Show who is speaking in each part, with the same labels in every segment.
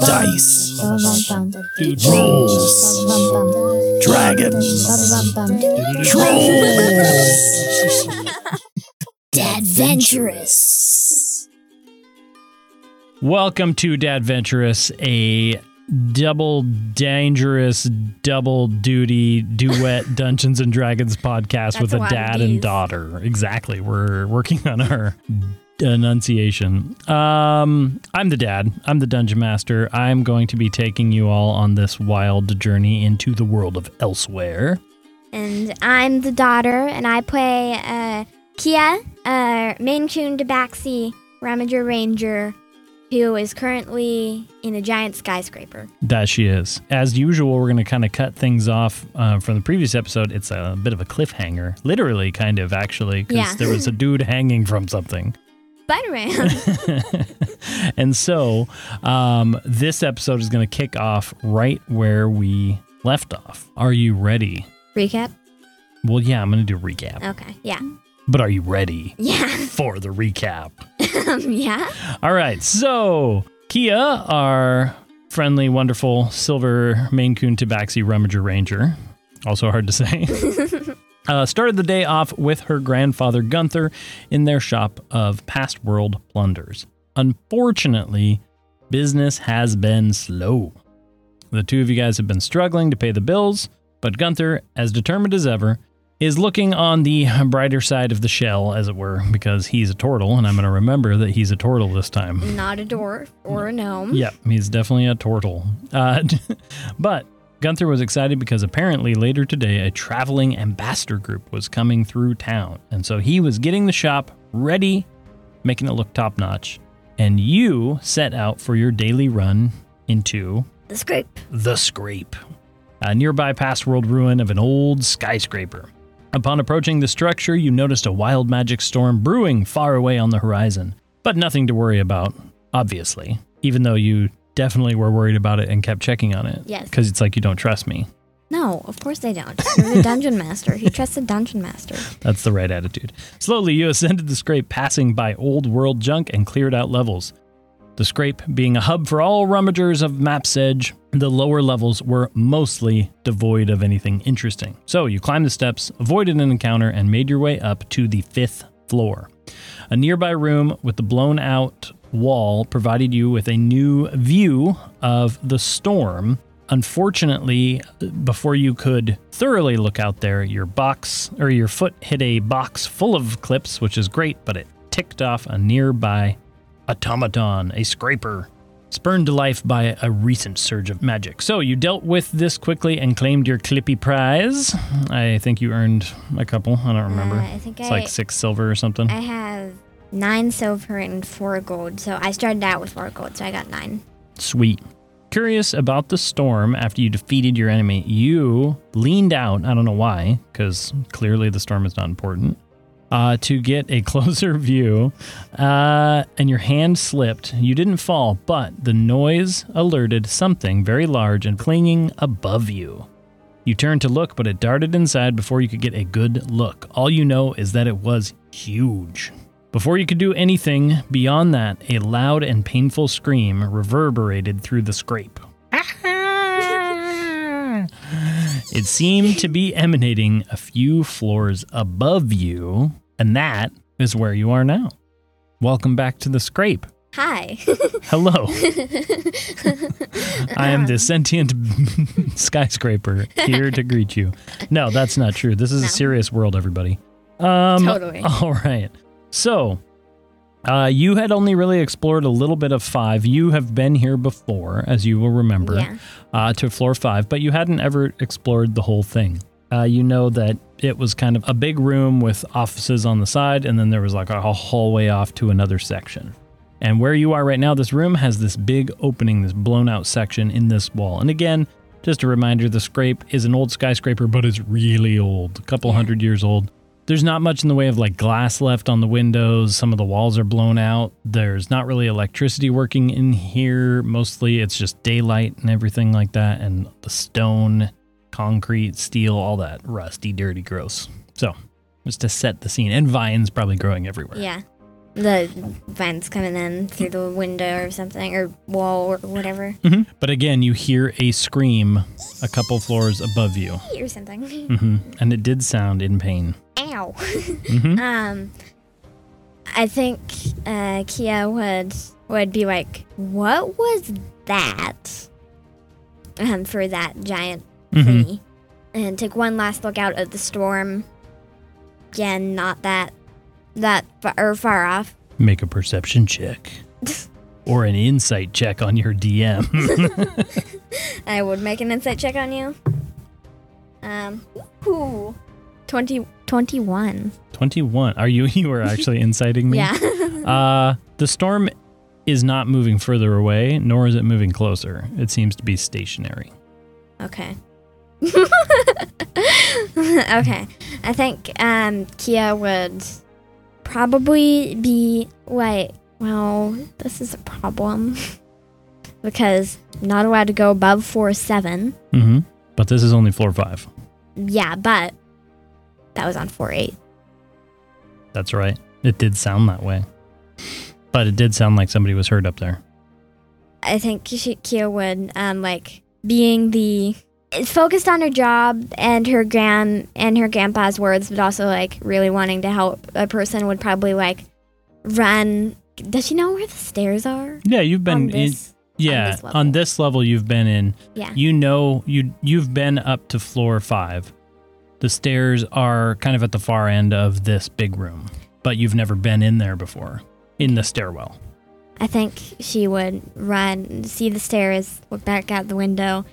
Speaker 1: Dice.
Speaker 2: Dice.
Speaker 1: Rolls. Dragons. Trolls.
Speaker 2: Dadventurous.
Speaker 3: Welcome to Dadventurous, a double dangerous, double duty duet Dungeons and Dragons podcast with
Speaker 4: a
Speaker 3: a
Speaker 4: lot of
Speaker 3: dad and
Speaker 4: Ds.
Speaker 3: daughter. Exactly. We're working on our enunciation. Um, I'm the dad. I'm the dungeon master. I'm going to be taking you all on this wild journey into the world of elsewhere.
Speaker 4: And I'm the daughter, and I play uh, Kia, uh, Maine Coon Tabaxi Ramager Ranger, who is currently in a giant skyscraper.
Speaker 3: That she is. As usual, we're going to kind of cut things off uh, from the previous episode. It's a bit of a cliffhanger, literally, kind of actually, because
Speaker 4: Yeah.
Speaker 3: there was a dude hanging from something.
Speaker 4: Spider Man.
Speaker 3: and so, um, this episode is going to kick off right where we left off. Are you ready?
Speaker 4: Recap?
Speaker 3: Well, yeah, I'm going to do recap.
Speaker 4: Okay. Yeah.
Speaker 3: But are you ready
Speaker 4: Yeah.
Speaker 3: for the recap?
Speaker 4: yeah.
Speaker 3: All right, so Kia, our friendly, wonderful silver Maine Coon Tabaxi Rummager Ranger, also hard to say, uh, started the day off with her grandfather Gunther in their shop of past world plunders. Unfortunately, business has been slow. The two of you guys have been struggling to pay the bills, but Gunther, as determined as ever, is looking on the brighter side of the shell, as it were, because he's a turtle, and I'm going to remember that he's a turtle this time.
Speaker 4: Not a dwarf or a gnome.
Speaker 3: Yeah, he's definitely a turtle. Uh, but Gunther was excited because apparently later today a traveling ambassador group was coming through town. And so he was getting the shop ready, making it look top notch. And you set out for your daily run into
Speaker 4: The scrape.
Speaker 3: the Scrape, a nearby past world ruin of an old skyscraper. Upon approaching the structure, you noticed a wild magic storm brewing far away on the horizon, but nothing to worry about, obviously, even though you definitely were worried about it and kept checking on it.
Speaker 4: Yes.
Speaker 3: Because it's like you don't trust me.
Speaker 4: No, of course they don't. You're the dungeon master. He trusts the dungeon master.
Speaker 3: That's the right attitude. Slowly, you ascended the scrape, passing by old world junk and cleared out levels. The scrape being a hub for all rummagers of Map's Edge, the lower levels were mostly devoid of anything interesting. So you climbed the steps, avoided an encounter, and made your way up to the fifth floor. A nearby room with the blown out wall provided you with a new view of the storm. Unfortunately, before you could thoroughly look out there, your box or your foot hit a box full of clips, which is great, but it ticked off a nearby automaton, a scraper, spurned to life by a recent surge of magic. So you dealt with this quickly and claimed your clippy prize. I think you earned a couple. I don't remember.
Speaker 4: Uh, I think
Speaker 3: it's
Speaker 4: I-
Speaker 3: like six silver or something.
Speaker 4: I have nine silver and four gold. So I started out with four gold, so I got nine.
Speaker 3: Sweet. Curious about the storm after you defeated your enemy, you leaned out. I don't know why, because clearly the storm is not important. Uh, to get a closer view, uh, and your hand slipped. You didn't fall, but the noise alerted something very large and clinging above you. You turned to look, but it darted inside before you could get a good look. All you know is that it was huge. Before you could do anything beyond that, a loud and painful scream reverberated through the scrape. it seemed to be emanating a few floors above you, and that is where you are now. Welcome back to the scrape.
Speaker 4: Hi.
Speaker 3: Hello. I am the sentient skyscraper here to greet you. No, that's not true. This is
Speaker 4: No.
Speaker 3: a serious world, everybody. Um,
Speaker 4: Totally.
Speaker 3: All right. So, uh, you had only really explored a little bit of five. You have been here before, as you will remember,
Speaker 4: Yeah.
Speaker 3: uh, to floor five, but you hadn't ever explored the whole thing. Uh, you know that it was kind of a big room with offices on the side, and then there was like a hallway off to another section. And where you are right now, this room has this big opening, this blown out section in this wall. And again, just a reminder the scrape is an old skyscraper, but it's really old, a couple hundred years old. There's not much in the way of like glass left on the windows. Some of the walls are blown out. There's not really electricity working in here. Mostly it's just daylight and everything like that. And the stone, concrete, steel, all that rusty, dirty, gross. So Just to set the scene. And vines probably growing everywhere.
Speaker 4: Yeah. The vines coming in through the window or something, or wall or whatever,
Speaker 3: Mhm. But again, you hear a scream a couple floors above you.
Speaker 4: or something.
Speaker 3: hmm And it did sound in pain.
Speaker 4: Ow.
Speaker 3: hmm
Speaker 4: Um, I think uh, Kia would would be like, "What was that?" Um, for that giant
Speaker 3: hmm
Speaker 4: thingy, and take one last look out at the storm. Again, not that that fa- or far off.
Speaker 3: Make a perception check or an insight check on your DM.
Speaker 4: I would make an insight check on you. Um, ooh, 20, 21.
Speaker 3: 21. Are you you were actually inciting me?
Speaker 4: Yeah.
Speaker 3: Uh, the storm is not moving further away, nor is it moving closer. It seems to be stationary.
Speaker 4: Okay. okay. I think um, Kia would probably be like, well, this is a problem because not allowed to go above four seven.
Speaker 3: hmm But this is only floor five.
Speaker 4: Yeah, but that was on four eight.
Speaker 3: That's right. It did sound that way. But it did sound like somebody was hurt up there.
Speaker 4: I think she, Kia would um, like being the focused on her job and her grand and her grandpa's words, but also like really wanting to help a person would probably like run. Does she know where the stairs are?
Speaker 3: Yeah, you've been
Speaker 4: on
Speaker 3: in-
Speaker 4: this?
Speaker 3: yeah,
Speaker 4: this level.
Speaker 3: on this level you've been in.
Speaker 4: yeah.
Speaker 3: You know you you've been up to floor 5. The stairs are kind of at the far end of this big room, but you've never been in there before in the stairwell.
Speaker 4: I think she would run, see the stairs, look back out the window,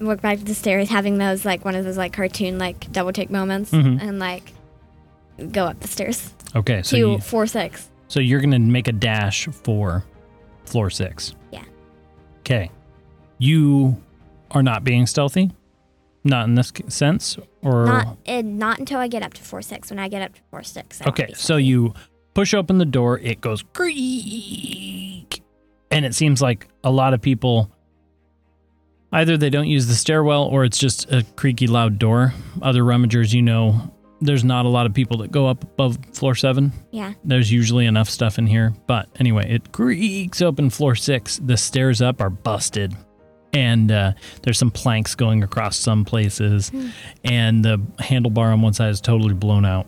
Speaker 4: look back at the stairs, having those like one of those like cartoon like double take moments,
Speaker 3: Mhm.
Speaker 4: and like go up the stairs
Speaker 3: Okay, so
Speaker 4: to
Speaker 3: you,
Speaker 4: four six.
Speaker 3: So you're going to make a dash for floor six.
Speaker 4: Yeah.
Speaker 3: Okay. You are not being stealthy, not in this c- sense, or
Speaker 4: Not and not until I get up to four six. When I get up to four six, I won't
Speaker 3: okay.
Speaker 4: be
Speaker 3: So
Speaker 4: stealthy.
Speaker 3: you push open the door. It goes creak, and it seems like a lot of people either they don't use the stairwell or it's just a creaky loud door. Other rummagers, you know, there's not a lot of people that go up above floor seven.
Speaker 4: yeah.
Speaker 3: There's usually enough stuff in here, but anyway, it creaks open floor six. The stairs up are busted, and uh, there's some planks going across some places, and the handlebar on one side is totally blown out.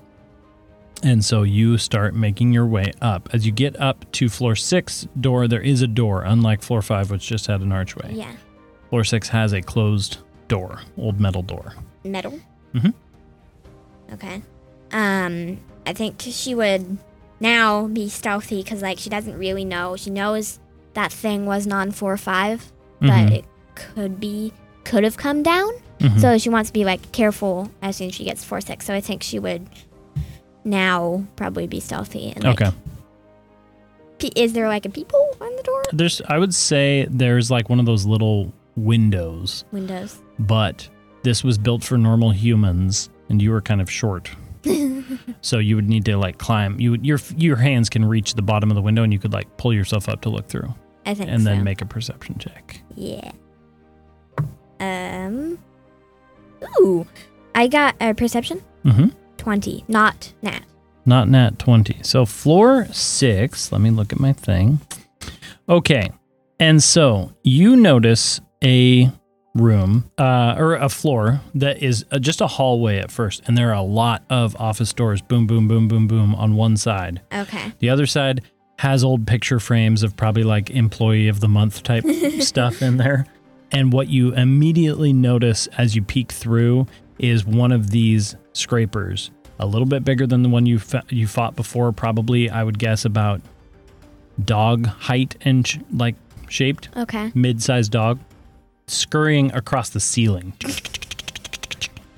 Speaker 3: And so you start making your way up. As you get up to floor six door, there is a door, unlike floor five, which just had an archway.
Speaker 4: Yeah.
Speaker 3: Floor six has a closed door, old metal door.
Speaker 4: Metal.
Speaker 3: Mhm.
Speaker 4: Okay. Um, I think she would now be stealthy because like she doesn't really know. She knows that thing was non four five,
Speaker 3: Mhm.
Speaker 4: but it could be could have come down.
Speaker 3: Mhm.
Speaker 4: So she wants to be like careful as soon as she gets four six. So I think she would now probably be stealthy. And, like,
Speaker 3: okay.
Speaker 4: pe- is there like a people on the door?
Speaker 3: There's, I would say, there's like one of those little windows
Speaker 4: Windows.
Speaker 3: but this was built for normal humans and you were kind of short so you would need to like climb you would- your your hands can reach the bottom of the window and you could like pull yourself up to look through
Speaker 4: I think.
Speaker 3: and then
Speaker 4: so.
Speaker 3: make a perception check
Speaker 4: Yeah. Um. Ooh, I got a perception
Speaker 3: mm-hmm.
Speaker 4: twenty, not nat.
Speaker 3: not nat 20 so floor 6 let me look at my thing okay and so you notice a room uh, or a floor that is uh, just a hallway at first and there are a lot of office doors boom boom boom boom boom on one side
Speaker 4: Okay.
Speaker 3: The other side has old picture frames of probably like employee of the month type stuff in there. And what you immediately notice as you peek through is one of these scrapers, a little bit bigger than the one you fa- you fought before, probably I would guess about dog height and sh- like shaped,
Speaker 4: Okay.
Speaker 3: mid-sized dog scurrying across the ceiling.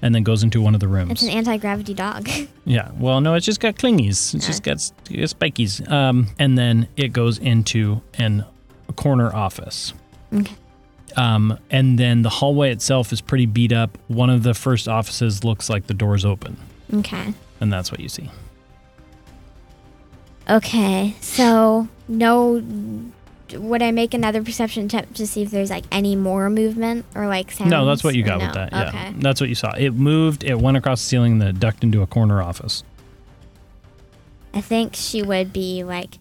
Speaker 3: And then goes into one of the rooms.
Speaker 4: It's an anti gravity dog.
Speaker 3: Yeah. Well, no, it's just got clingies. It's just got s- it's spikies. Um, and then it goes into an a corner office.
Speaker 4: Okay.
Speaker 3: Um, and then the hallway itself is pretty beat up. One of the first offices looks like the door's open,
Speaker 4: okay.
Speaker 3: and that's what you see.
Speaker 4: Okay. So no. Would I make another perception check to see if there's like any more movement or like sounds?
Speaker 3: no, that's what you
Speaker 4: or
Speaker 3: got
Speaker 4: no?
Speaker 3: with that. Yeah.
Speaker 4: Mm, Okay.
Speaker 3: That's what you saw. It moved. It went across the ceiling, then it ducked into a corner office.
Speaker 4: I think she would be like,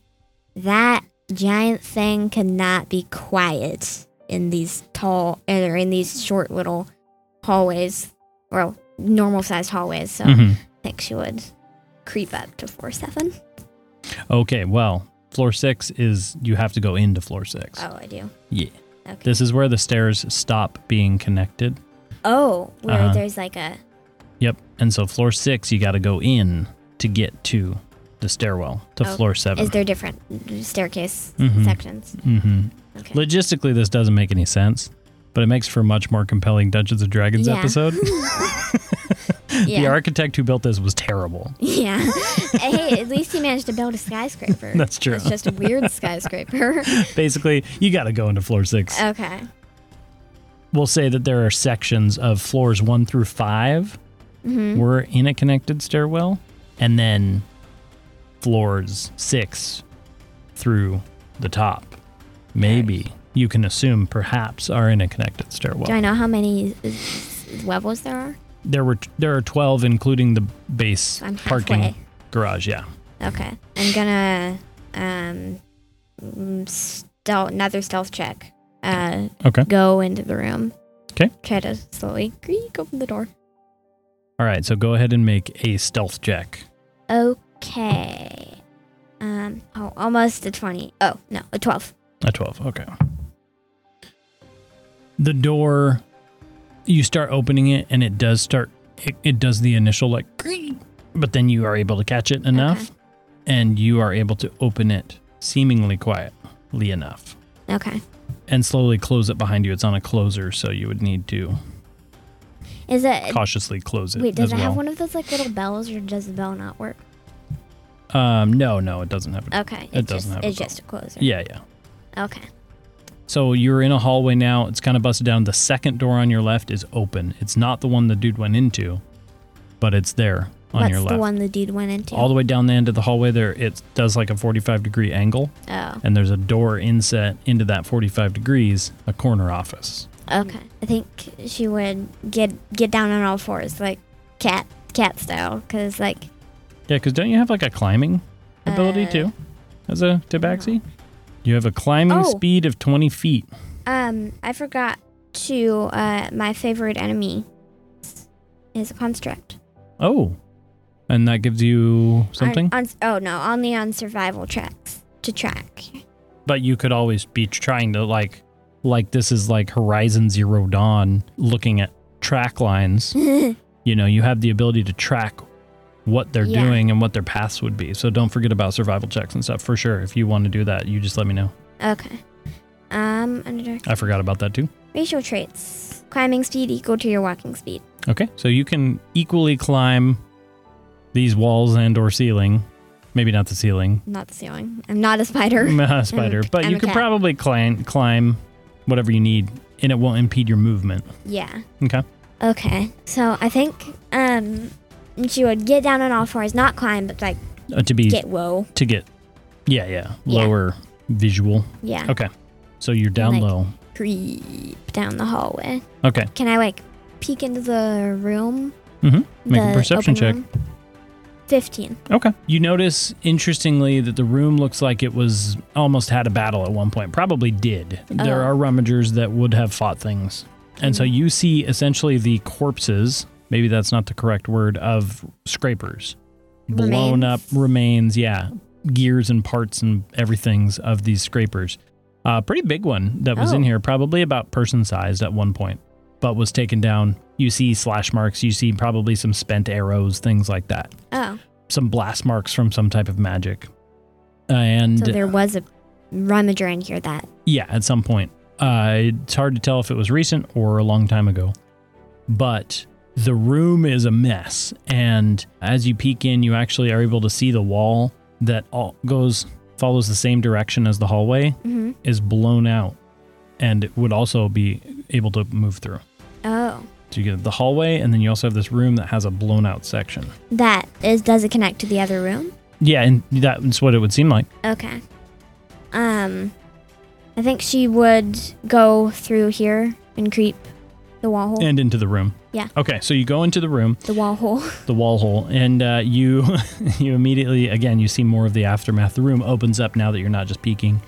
Speaker 4: that giant thing could not be quiet in these tall or in these short little hallways or normal sized hallways. So
Speaker 3: Mhm.
Speaker 4: I think she would creep up to floor seven.
Speaker 3: Okay, well, floor six is you have to go into floor six.
Speaker 4: Oh, I do.
Speaker 3: Yeah.
Speaker 4: Okay.
Speaker 3: This is where the stairs stop being connected.
Speaker 4: oh, where
Speaker 3: Uh-huh.
Speaker 4: there's like a
Speaker 3: Yep. And so floor six, you got to go in to get to the stairwell to
Speaker 4: Oh,
Speaker 3: floor 7
Speaker 4: is there different staircase
Speaker 3: Mhm.
Speaker 4: sections?
Speaker 3: mm-hmm.
Speaker 4: Okay.
Speaker 3: Logistically, this doesn't make any sense, but it makes for a much more compelling Dungeons and Dragons
Speaker 4: Yeah.
Speaker 3: episode.
Speaker 4: yeah.
Speaker 3: The architect who built this was terrible.
Speaker 4: Yeah. hey, at least he managed to build a skyscraper.
Speaker 3: That's true.
Speaker 4: It's just a weird skyscraper.
Speaker 3: Basically, you got to go into floor six.
Speaker 4: okay.
Speaker 3: we'll say that there are sections of floors one through 5
Speaker 4: Mm-hmm.
Speaker 3: were in a connected stairwell, and then floors six through the top, maybe you can assume perhaps are in a connected stairwell.
Speaker 4: Do I know how many s- s- levels there are?
Speaker 3: There were there are twelve, including the base
Speaker 4: I'm
Speaker 3: parking
Speaker 4: halfway.
Speaker 3: garage. Yeah,
Speaker 4: Okay. I'm gonna um mm, stealth another stealth check. Uh
Speaker 3: Okay.
Speaker 4: go into the room.
Speaker 3: 'Kay.
Speaker 4: Try to slowly creak open the door.
Speaker 3: all right. So go ahead and make a stealth check.
Speaker 4: Okay. Um oh almost a twenty. Oh no, a twelve.
Speaker 3: A 12, okay. The door, you start opening it and it does start, it, it does the initial like, "Creak," but then you are able to catch it enough and you are able to open it seemingly quietly enough
Speaker 4: Okay.
Speaker 3: and slowly close it behind you. It's on a closer, so you would need to
Speaker 4: Is it
Speaker 3: cautiously close it
Speaker 4: Wait,
Speaker 3: as
Speaker 4: does it
Speaker 3: well.
Speaker 4: have one of those like little bells, or does the bell not work?
Speaker 3: Um, no, no, it doesn't have it.
Speaker 4: Okay,
Speaker 3: It
Speaker 4: it's
Speaker 3: doesn't
Speaker 4: just,
Speaker 3: have a
Speaker 4: It's
Speaker 3: bell.
Speaker 4: just a closer.
Speaker 3: yeah, yeah.
Speaker 4: Okay.
Speaker 3: So you're in a hallway now. It's kind of busted down. The second door on your left is open. It's not the one the dude went into, but it's there on
Speaker 4: What's
Speaker 3: your
Speaker 4: the
Speaker 3: left.
Speaker 4: one the dude went into?
Speaker 3: All the way down the end of the hallway there, it does like a 45 degree angle,
Speaker 4: oh,
Speaker 3: and there's a door inset into that 45 degrees, a corner office.
Speaker 4: okay. I think she would get get down on all fours, like cat cat style, because like
Speaker 3: Yeah, because don't you have like a climbing ability
Speaker 4: Uh,
Speaker 3: too as a tabaxi? You have a climbing
Speaker 4: Oh.
Speaker 3: speed of 20 feet.
Speaker 4: um, I forgot to uh, my favorite enemy is a construct.
Speaker 3: Oh, and that gives you something?
Speaker 4: On, on, oh no, only on survival tracks to track.
Speaker 3: but you could always be trying to like like this is like horizon zero dawn looking at track lines you know you have the ability to track what they're
Speaker 4: Yeah.
Speaker 3: doing and what their paths would be so don't forget about survival checks and stuff for sure if you want to do that you just let me know
Speaker 4: Okay. Um, under
Speaker 3: i forgot about that too
Speaker 4: racial traits, climbing speed equal to your walking speed.
Speaker 3: okay so you can equally climb these walls and or ceiling maybe not the ceiling
Speaker 4: not the ceiling. I'm not a spider.
Speaker 3: a spider
Speaker 4: I'm-
Speaker 3: but
Speaker 4: I'm
Speaker 3: you
Speaker 4: a
Speaker 3: can
Speaker 4: cat.
Speaker 3: probably climb climb whatever you need and it won't impede your movement
Speaker 4: yeah.
Speaker 3: okay
Speaker 4: Okay. So I think um she would get down on all fours, not climb, but like
Speaker 3: Uh, to be
Speaker 4: get low.
Speaker 3: to get yeah yeah
Speaker 4: Yeah.
Speaker 3: lower visual
Speaker 4: Yeah.
Speaker 3: okay so you're down
Speaker 4: Like-
Speaker 3: low
Speaker 4: Creep down the hallway.
Speaker 3: okay
Speaker 4: Can I like peek into the room?
Speaker 3: hmm make
Speaker 4: The
Speaker 3: a perception
Speaker 4: open
Speaker 3: check
Speaker 4: room? Fifteen.
Speaker 3: okay you notice interestingly that the room looks like it was almost had a battle at one point probably did there
Speaker 4: Oh.
Speaker 3: are rummagers that would have fought things and so you see essentially the corpses maybe that's not the correct word of scrapers blown
Speaker 4: Remains?
Speaker 3: up remains yeah gears and parts and everything's of these scrapers uh, pretty big one that was in
Speaker 4: Oh.
Speaker 3: here probably about person sized at one point but was taken down you see slash marks you see probably some spent arrows things like that
Speaker 4: Oh.
Speaker 3: some blast marks from some type of magic and
Speaker 4: So there was a rummager in here that
Speaker 3: yeah, at some point. Uh, it's hard to tell if it was recent or a long time ago, but the room is a mess. And as you peek in, you actually are able to see the wall that all goes follows the same direction as the hallway
Speaker 4: Mhm.
Speaker 3: is blown out, and it would also be able to move through.
Speaker 4: Oh.
Speaker 3: So you get the hallway, and then you also have this room that has a blown out section.
Speaker 4: That is does it connect to the other room?
Speaker 3: Yeah, and that's what it would seem like.
Speaker 4: Okay. Um I think she would go through here and creep The wall hole.
Speaker 3: and into the room.
Speaker 4: Yeah.
Speaker 3: Okay, so you go into the room,
Speaker 4: the wall hole.
Speaker 3: the wall hole, and uh, you you immediately again you see more of the aftermath. The room opens up now that you're not just peeking,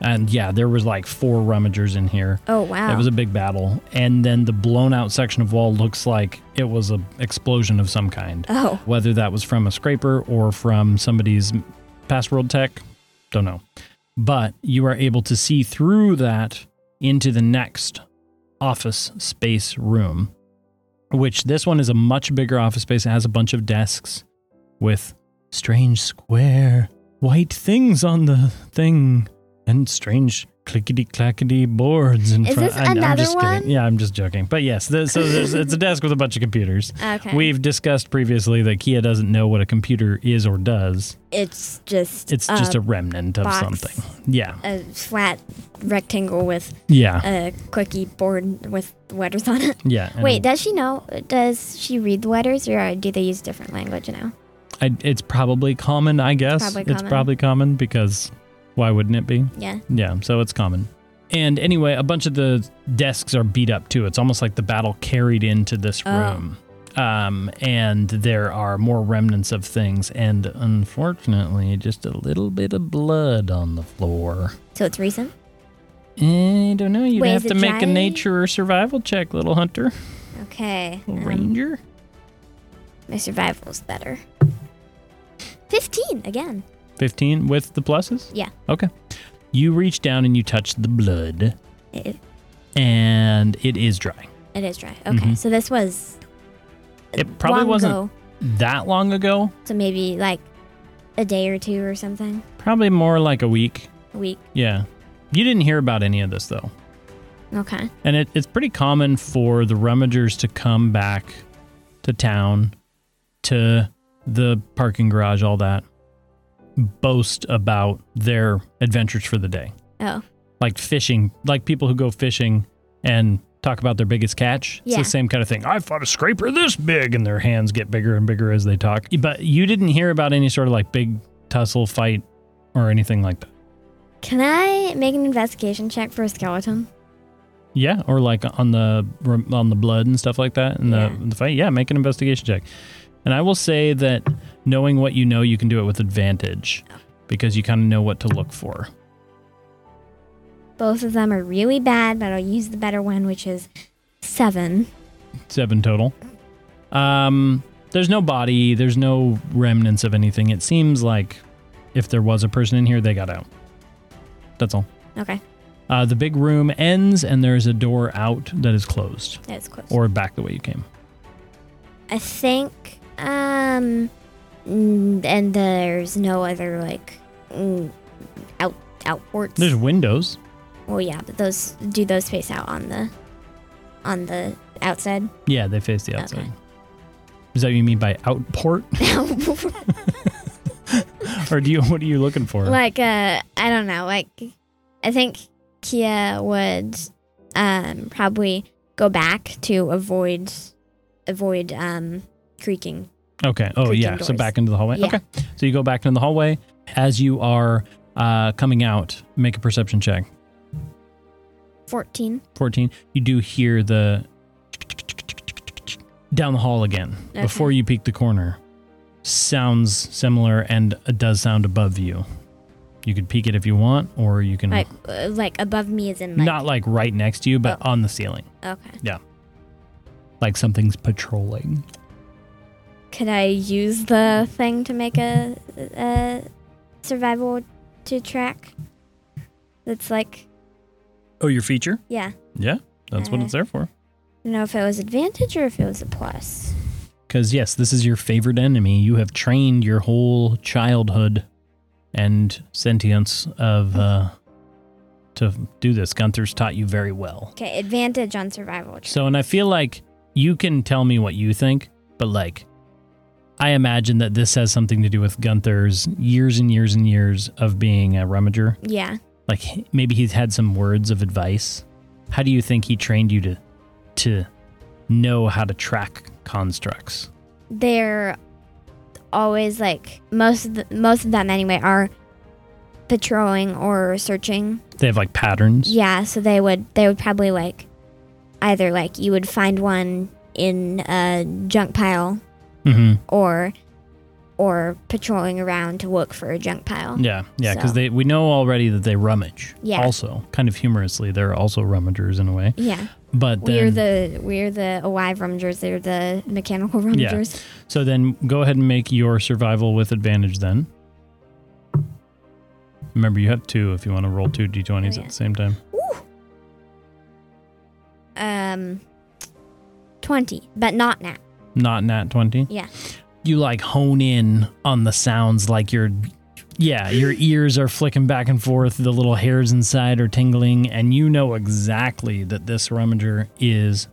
Speaker 3: and yeah, there was like four rummagers in here.
Speaker 4: Oh wow.
Speaker 3: It was a big battle, and then the blown out section of wall looks like it was a explosion of some kind.
Speaker 4: oh.
Speaker 3: Whether that was from a scraper or from somebody's password tech, don't know. But you are able to see through that into the next office space room, which this one is a much bigger office space. It has a bunch of desks with strange square white things on the thing and strange clickety clackety boards in
Speaker 4: Is
Speaker 3: front.
Speaker 4: this
Speaker 3: I- I'm,
Speaker 4: another
Speaker 3: just
Speaker 4: one?
Speaker 3: kidding. Yeah, I'm just joking. But yes, this, so there's, it's a desk with a bunch of computers.
Speaker 4: Okay.
Speaker 3: We've discussed previously that Kia doesn't know what a computer is or does.
Speaker 4: it's just
Speaker 3: It's
Speaker 4: a
Speaker 3: just a remnant of
Speaker 4: Uh, box.
Speaker 3: something. Yeah.
Speaker 4: a flat rectangle with
Speaker 3: Yeah.
Speaker 4: a cookie board with letters on it.
Speaker 3: yeah. and
Speaker 4: Wait, does she know? Does she read the letters, or do they use different language now?
Speaker 3: I, it's probably common, I guess.
Speaker 4: probably
Speaker 3: It's
Speaker 4: common.
Speaker 3: probably common because why wouldn't it be?
Speaker 4: Yeah.
Speaker 3: Yeah, so it's common. And anyway, a bunch of the desks are beat up too. It's almost like the battle carried into this
Speaker 4: Oh.
Speaker 3: room. Um, and there are more remnants of things, and unfortunately, just a little bit of blood on the floor.
Speaker 4: So it's recent.
Speaker 3: I don't know. You'd
Speaker 4: Wait,
Speaker 3: have
Speaker 4: is
Speaker 3: to
Speaker 4: it
Speaker 3: make a
Speaker 4: dry?
Speaker 3: nature or survival check, little hunter,
Speaker 4: Okay.
Speaker 3: little
Speaker 4: um,
Speaker 3: ranger.
Speaker 4: my survival's better. Fifteen again.
Speaker 3: 15 with the pluses?
Speaker 4: Yeah.
Speaker 3: Okay. You reach down and you touch the blood,
Speaker 4: It,
Speaker 3: and it is dry.
Speaker 4: it is dry. Okay.
Speaker 3: Mhm.
Speaker 4: So this was.
Speaker 3: It probably
Speaker 4: long
Speaker 3: wasn't
Speaker 4: ago,
Speaker 3: that long ago,
Speaker 4: so maybe like a day or two or something.
Speaker 3: probably more like a week.
Speaker 4: A week.
Speaker 3: Yeah. You didn't hear about any of this, though.
Speaker 4: Okay.
Speaker 3: And it, it's pretty common for the rummagers to come back to town, to the parking garage, all that, boast about their adventures for the day.
Speaker 4: Oh.
Speaker 3: like fishing, like people who go fishing and talk about their biggest catch.
Speaker 4: Yeah.
Speaker 3: It's the same kind of thing. I fought a scraper this big, and their hands get bigger and bigger as they talk. But you didn't hear about any sort of like big tussle fight or anything like that.
Speaker 4: Can I make an investigation check for a skeleton?
Speaker 3: Yeah, or like on the on the blood and stuff like that in the,
Speaker 4: Yeah.
Speaker 3: the fight. Yeah, make an investigation check. And I will say that knowing what you know, you can do it with advantage because you kind of know what to look for.
Speaker 4: Both of them are really bad, but I'll use the better one, which is seven.
Speaker 3: seven total. Um, there's no body. There's no remnants of anything. It seems like if there was a person in here, they got out. That's all.
Speaker 4: Okay,
Speaker 3: Uh, the big room ends, and there's a door out that is closed,
Speaker 4: that's close.
Speaker 3: or back the way you came.
Speaker 4: I think, um, mm, and there's no other like mm, out outports.
Speaker 3: There's windows.
Speaker 4: well, yeah, but those do those face out on the on the outside.
Speaker 3: Yeah, they face the outside.
Speaker 4: Okay.
Speaker 3: Is that what you mean by outport, or do you? What are you looking for?
Speaker 4: like uh, I don't know. Like, I think Kia would um probably go back to avoid avoid um creaking
Speaker 3: Okay. Oh,
Speaker 4: creaking
Speaker 3: yeah. So
Speaker 4: doors.
Speaker 3: back into the hallway.
Speaker 4: Yeah.
Speaker 3: Okay. So you go back into the hallway. As you are uh, coming out, make a perception check.
Speaker 4: 14.
Speaker 3: 14, you do hear the down the hall again
Speaker 4: Okay.
Speaker 3: before you peek the corner. Sounds similar and it does sound above you. You could peek it if you want, or you can
Speaker 4: Like uh, like above me is in like
Speaker 3: Mm. not like right next to you, but
Speaker 4: Oh.
Speaker 3: on the ceiling,
Speaker 4: okay.
Speaker 3: like something's patrolling.
Speaker 4: Could I use the thing to make a, a survival to track? That's like
Speaker 3: Oh, your feature?
Speaker 4: yeah.
Speaker 3: Yeah, that's what
Speaker 4: Uh.
Speaker 3: it's there for.
Speaker 4: I don't know if it was advantage or if it was a plus.
Speaker 3: Because, yes, this is your favorite enemy. You have trained your whole childhood and sentience of uh, to do this. Gunther's taught you very well.
Speaker 4: Okay, advantage on survival. Track.
Speaker 3: So, and I feel like you can tell me what you think, but like, I imagine that this has something to do with Gunther's years and years and years of being a rummager.
Speaker 4: yeah.
Speaker 3: Like, h- maybe he's had some words of advice. How do you think he trained you to to know how to track constructs?
Speaker 4: They're always like most of the, most of them anyway are patrolling or searching
Speaker 3: They have like patterns.
Speaker 4: Yeah, so they would they would probably like either like you would find one in a junk pile
Speaker 3: hmm
Speaker 4: or or patrolling around to look for a junk pile.
Speaker 3: Yeah, yeah, because
Speaker 4: So-
Speaker 3: they we know already that they rummage.
Speaker 4: Yeah.
Speaker 3: Also, kind of humorously, they're also rummagers in a way.
Speaker 4: Yeah.
Speaker 3: But then,
Speaker 4: We're the we're the alive rummagers, they're the mechanical rummagers.
Speaker 3: so then go ahead and make your survival with advantage. Then remember you have two if you want to roll two d20s
Speaker 4: Oh, yeah.
Speaker 3: at the same time.
Speaker 4: Um 20, but not now.
Speaker 3: Not nat twenty.
Speaker 4: Yeah.
Speaker 3: You like hone in on the sounds, like your yeah, your ears are flicking back and forth. The little hairs inside are tingling, and you know exactly that this rummager is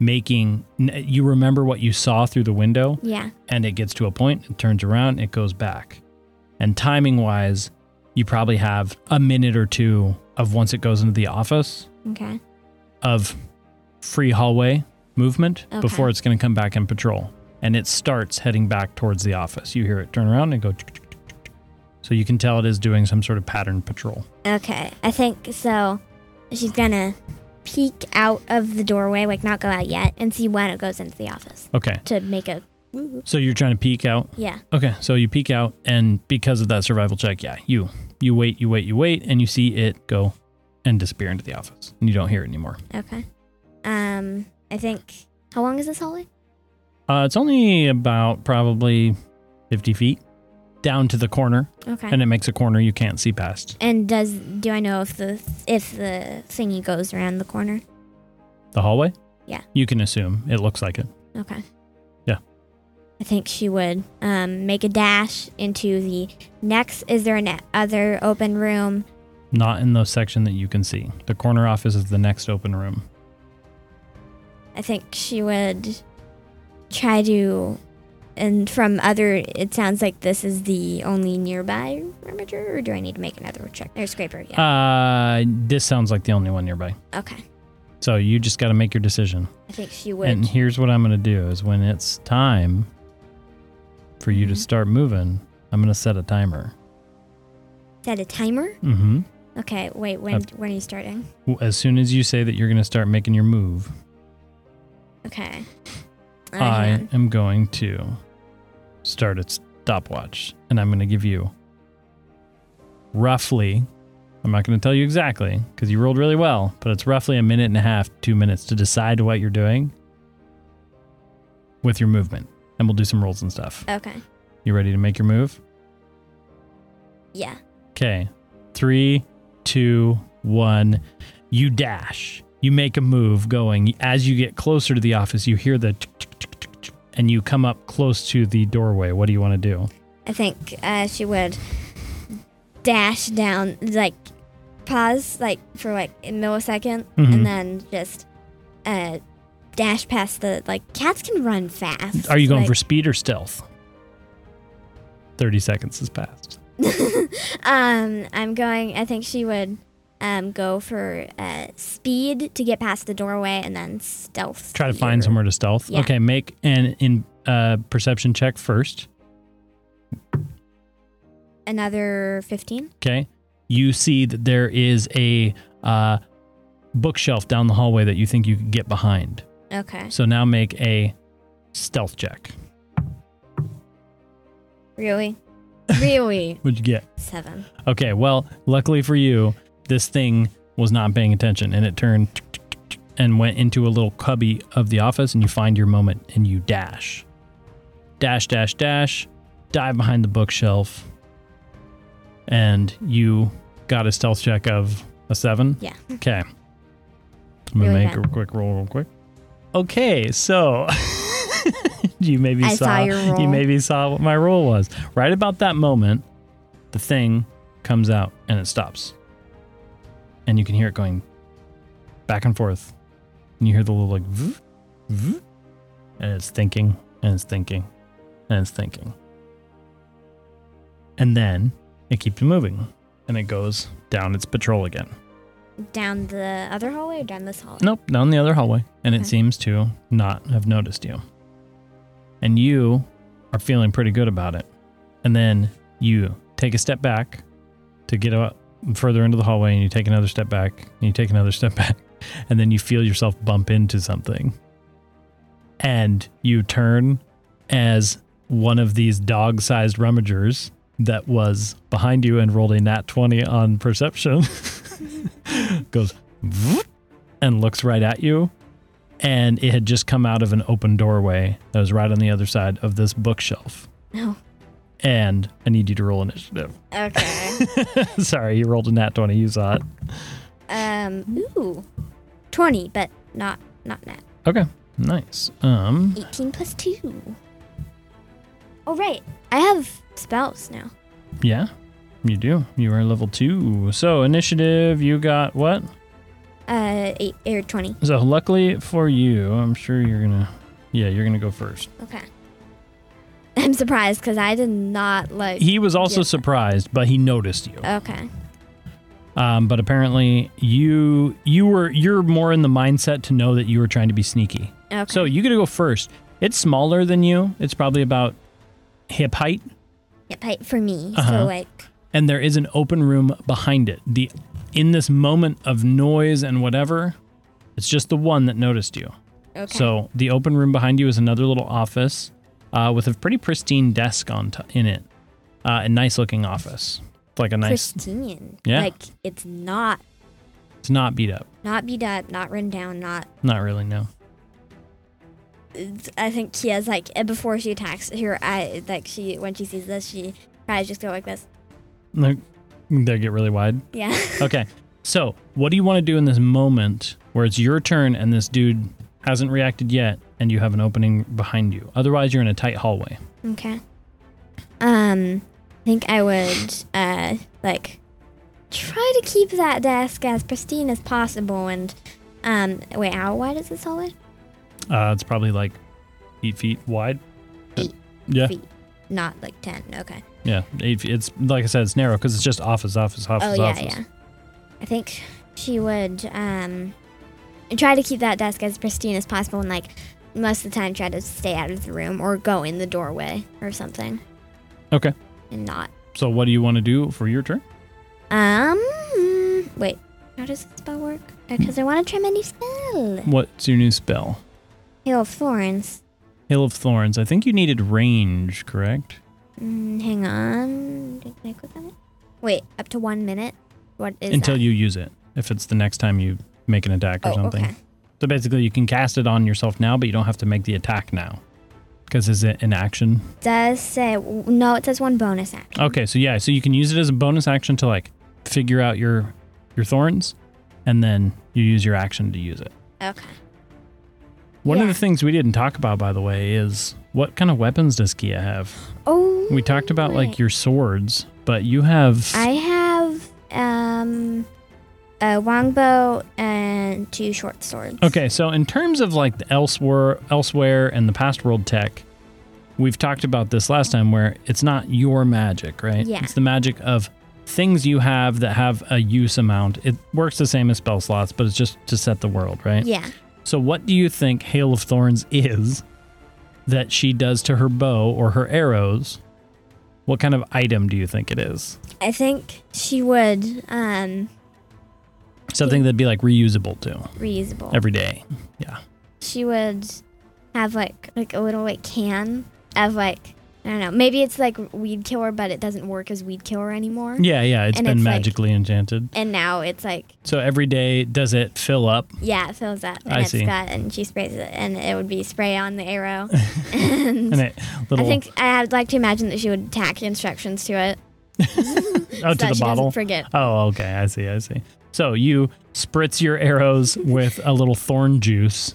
Speaker 3: making. n- You remember what you saw through the window.
Speaker 4: Yeah.
Speaker 3: and it gets to a point, it turns around, it goes back. And timing wise, you probably have a minute or two of once it goes into the office
Speaker 4: Okay.
Speaker 3: of free hallway movement
Speaker 4: Okay.
Speaker 3: before it's going to come back and patrol. And it starts heading back towards the office. You hear it turn around and go. So you can tell it is doing some sort of pattern patrol.
Speaker 4: Okay. I think so she's gonna peek out of the doorway, like not go out yet, and see when it goes into the office
Speaker 3: Okay.
Speaker 4: to make a
Speaker 3: So you're trying to peek out.
Speaker 4: yeah.
Speaker 3: Okay, so you peek out, and because of that survival check, yeah, you you wait, you wait, you wait, and you see it go and disappear into the office, and you don't hear it anymore.
Speaker 4: Okay. Um, I think how long is this hallway?
Speaker 3: Uh, it's only about probably 50 feet down to the corner,
Speaker 4: Okay.
Speaker 3: and it makes a corner you can't see past.
Speaker 4: And does do I know if the if the thingy goes around the corner?
Speaker 3: The hallway?
Speaker 4: Yeah.
Speaker 3: You can assume. It looks like it.
Speaker 4: Okay.
Speaker 3: Yeah.
Speaker 4: I think she would um, make a dash into the next. Is there an other open room?
Speaker 3: Not in the section that you can see. The corner office is the next open room.
Speaker 4: I think she would try to. And from other, it sounds like this is the only nearby ramager, or do I need to make another check? Or scraper, yeah.
Speaker 3: Uh, this sounds like the only one nearby.
Speaker 4: okay.
Speaker 3: So you just got to make your decision.
Speaker 4: I think she would.
Speaker 3: And here's what I'm going to do is when it's time for you to
Speaker 4: Mm-hmm.
Speaker 3: start moving, I'm going to set a timer.
Speaker 4: set a timer?
Speaker 3: Mm-hmm.
Speaker 4: Okay, wait,
Speaker 3: Uh.
Speaker 4: when, when are you starting?
Speaker 3: As soon as you say that you're going to start making your move,
Speaker 4: Okay. Uh, hang
Speaker 3: I
Speaker 4: on.
Speaker 3: am going to start a stopwatch and I'm going to give you roughly, I'm not going to tell you exactly because you rolled really well, but it's roughly a minute and a half, two minutes to decide what you're doing with your movement. And we'll do some rolls and stuff.
Speaker 4: Okay.
Speaker 3: You ready to make your move?
Speaker 4: Yeah.
Speaker 3: Okay. Three, two, one. You dash. You make a move going. As you get closer to the office, you hear the tick, tick, tick, tick, tick, and you come up close to the doorway. What do you want to do?
Speaker 4: I think uh, she would dash down, like pause, like for like a millisecond,
Speaker 3: Mhm.
Speaker 4: and then just uh, dash past the like cats can run fast.
Speaker 3: Are you going
Speaker 4: like,
Speaker 3: for speed or stealth? 30 seconds has passed.
Speaker 4: Um, I'm going. I think she would um go for uh speed to get past the doorway, and then stealth.
Speaker 3: Try to
Speaker 4: speed
Speaker 3: find
Speaker 4: or-
Speaker 3: somewhere to stealth.
Speaker 4: Yeah.
Speaker 3: Okay, make an in uh, perception check first.
Speaker 4: Another fifteen.
Speaker 3: Okay. You see that there is a uh, bookshelf down the hallway that you think you could get behind.
Speaker 4: Okay,
Speaker 3: So now make a stealth check.
Speaker 4: really, really
Speaker 3: What'd you get?
Speaker 4: seven.
Speaker 3: Okay, well, luckily for you, this thing was not paying attention and it turned tick, tick, tick, tick, and went into a little cubby of the office and you find your moment and you dash. Dash, dash, dash, dive behind the bookshelf. And you got a stealth check of a seven?
Speaker 4: Yeah.
Speaker 3: Okay. I'm gonna
Speaker 4: Really
Speaker 3: make
Speaker 4: bad.
Speaker 3: a quick roll real quick. Okay, so you maybe
Speaker 4: I
Speaker 3: saw,
Speaker 4: saw your roll.
Speaker 3: you maybe saw what my roll was. Right about that moment, the thing comes out and it stops. And you can hear it going back and forth. And you hear the little like vroom, vroom. and it's thinking and it's thinking and it's thinking. And then it keeps moving and it goes down its patrol again.
Speaker 4: Down the other hallway or down this hallway?
Speaker 3: Nope, down the other hallway. And
Speaker 4: Okay.
Speaker 3: it seems to not have noticed you. And you are feeling pretty good about it. And then you take a step back to get out further into the hallway and you take another step back and you take another step back. and then you feel yourself bump into something. And you turn as one of these dog sized rummagers that was behind you and rolled a nat 20 on perception goes "Vroom," and looks right at you. And it had just come out of an open doorway that was right on the other side of this bookshelf.
Speaker 4: No.
Speaker 3: And I need you to roll initiative.
Speaker 4: Okay.
Speaker 3: Sorry, you rolled a nat 20. You saw it.
Speaker 4: um. Ooh. Twenty, but not not net.
Speaker 3: Okay. Nice. Um,
Speaker 4: Eighteen plus two. Oh right, I have spells now.
Speaker 3: yeah, you do. You are level two. So initiative, you got what?
Speaker 4: Uh, eight or twenty.
Speaker 3: So luckily for you, I'm sure you're gonna. Yeah, you're gonna go first.
Speaker 4: Okay. I'm surprised because I did not like.
Speaker 3: He was also
Speaker 4: Yeah.
Speaker 3: surprised, but he noticed you.
Speaker 4: Okay.
Speaker 3: Um, but apparently, you you were you're more in the mindset to know that you were trying to be sneaky.
Speaker 4: Okay.
Speaker 3: So you gotta go first. It's smaller than you. It's probably about hip height.
Speaker 4: Yep, height for me.
Speaker 3: Uh-huh.
Speaker 4: So like.
Speaker 3: and there is an open room behind it. The in this moment of noise and whatever, it's just the one that noticed you.
Speaker 4: Okay.
Speaker 3: So the open room behind you is another little office uh, with a pretty pristine desk on t- in it. Uh, a nice looking office. It's like a nice.
Speaker 4: Pristine.
Speaker 3: Yeah.
Speaker 4: Like it's not
Speaker 3: It's not beat up.
Speaker 4: not beat up, not run down, not.
Speaker 3: Not really. No.
Speaker 4: it's- I think Kia's like eh, before she attacks her. I like she when she sees this, she tries to just go like this.
Speaker 3: Look, They get really wide.
Speaker 4: Yeah.
Speaker 3: Okay. So what do you want to do in this moment where it's your turn and this dude hasn't reacted yet, and you have an opening behind you? Otherwise, you're in a tight hallway.
Speaker 4: Okay. Um, I think I would uh like try to keep that desk as pristine as possible and um wait how wide is this hallway?
Speaker 3: Uh, it's probably like eight feet wide.
Speaker 4: Eight
Speaker 3: yeah,
Speaker 4: feet. Not like ten. Okay.
Speaker 3: yeah, eight feet. It's like I said, it's narrow because it's just office, office, office,
Speaker 4: oh yeah,
Speaker 3: office.
Speaker 4: yeah. I think she would um try to keep that desk as pristine as possible and like most of the time try to stay out of the room or go in the doorway or something
Speaker 3: Okay.
Speaker 4: and not
Speaker 3: So what do you want to do for your turn?
Speaker 4: um wait how does this spell work because i want to try my new spell
Speaker 3: What's your new spell?
Speaker 4: hail of thorns
Speaker 3: Hill of Thorns. I think you needed range, correct?
Speaker 4: mm, hang on did i click on it wait up to one minute what is
Speaker 3: Until
Speaker 4: that?
Speaker 3: you use it. If it's the next time you make an attack or
Speaker 4: Oh,
Speaker 3: something.
Speaker 4: okay.
Speaker 3: So basically, you can cast it on yourself now, but you don't have to make the attack now. Because is it an action?
Speaker 4: does say no it says one bonus action
Speaker 3: Okay, so yeah, so you can use it as a bonus action to like figure out your your thorns, and then you use your action to use it.
Speaker 4: okay
Speaker 3: One of
Speaker 4: Yeah.
Speaker 3: the things we didn't talk about, by the way, is what kind of weapons does Kia have?
Speaker 4: oh
Speaker 3: We talked about
Speaker 4: right.
Speaker 3: like your swords, but you have
Speaker 4: I have um a longbow and two short swords.
Speaker 3: okay. So in terms of like the elsewhere, elsewhere, and the past world tech, we've talked about this last time, where it's not your magic, right?
Speaker 4: Yeah.
Speaker 3: It's the magic of things you have that have a use amount. It works the same as spell slots, but it's just to set the world, right?
Speaker 4: Yeah.
Speaker 3: So, what do you think Hail of Thorns is that she does to her bow or her arrows? What kind of item do you think it is?
Speaker 4: I think she would um
Speaker 3: Something that'd be like reusable too
Speaker 4: reusable.
Speaker 3: every day. Yeah.
Speaker 4: she would have like like a little like can of like I don't know. Maybe it's like weed killer, but it doesn't work as weed killer anymore.
Speaker 3: Yeah, yeah. it's
Speaker 4: And
Speaker 3: been
Speaker 4: it's like-
Speaker 3: magically enchanted.
Speaker 4: And now it's like
Speaker 3: So, every day, does it fill up?
Speaker 4: yeah, it fills up and
Speaker 3: I
Speaker 4: it's
Speaker 3: see.
Speaker 4: got and she sprays it and it would be spray on the arrow.
Speaker 3: And it
Speaker 4: Mm. I
Speaker 3: little
Speaker 4: think I'd like to imagine that she would tack instructions to it.
Speaker 3: out
Speaker 4: so
Speaker 3: to
Speaker 4: that
Speaker 3: the
Speaker 4: she
Speaker 3: bottle.
Speaker 4: doesn't forget.
Speaker 3: Oh, okay. I see. I see. So, you spritz your arrows with a little thorn juice.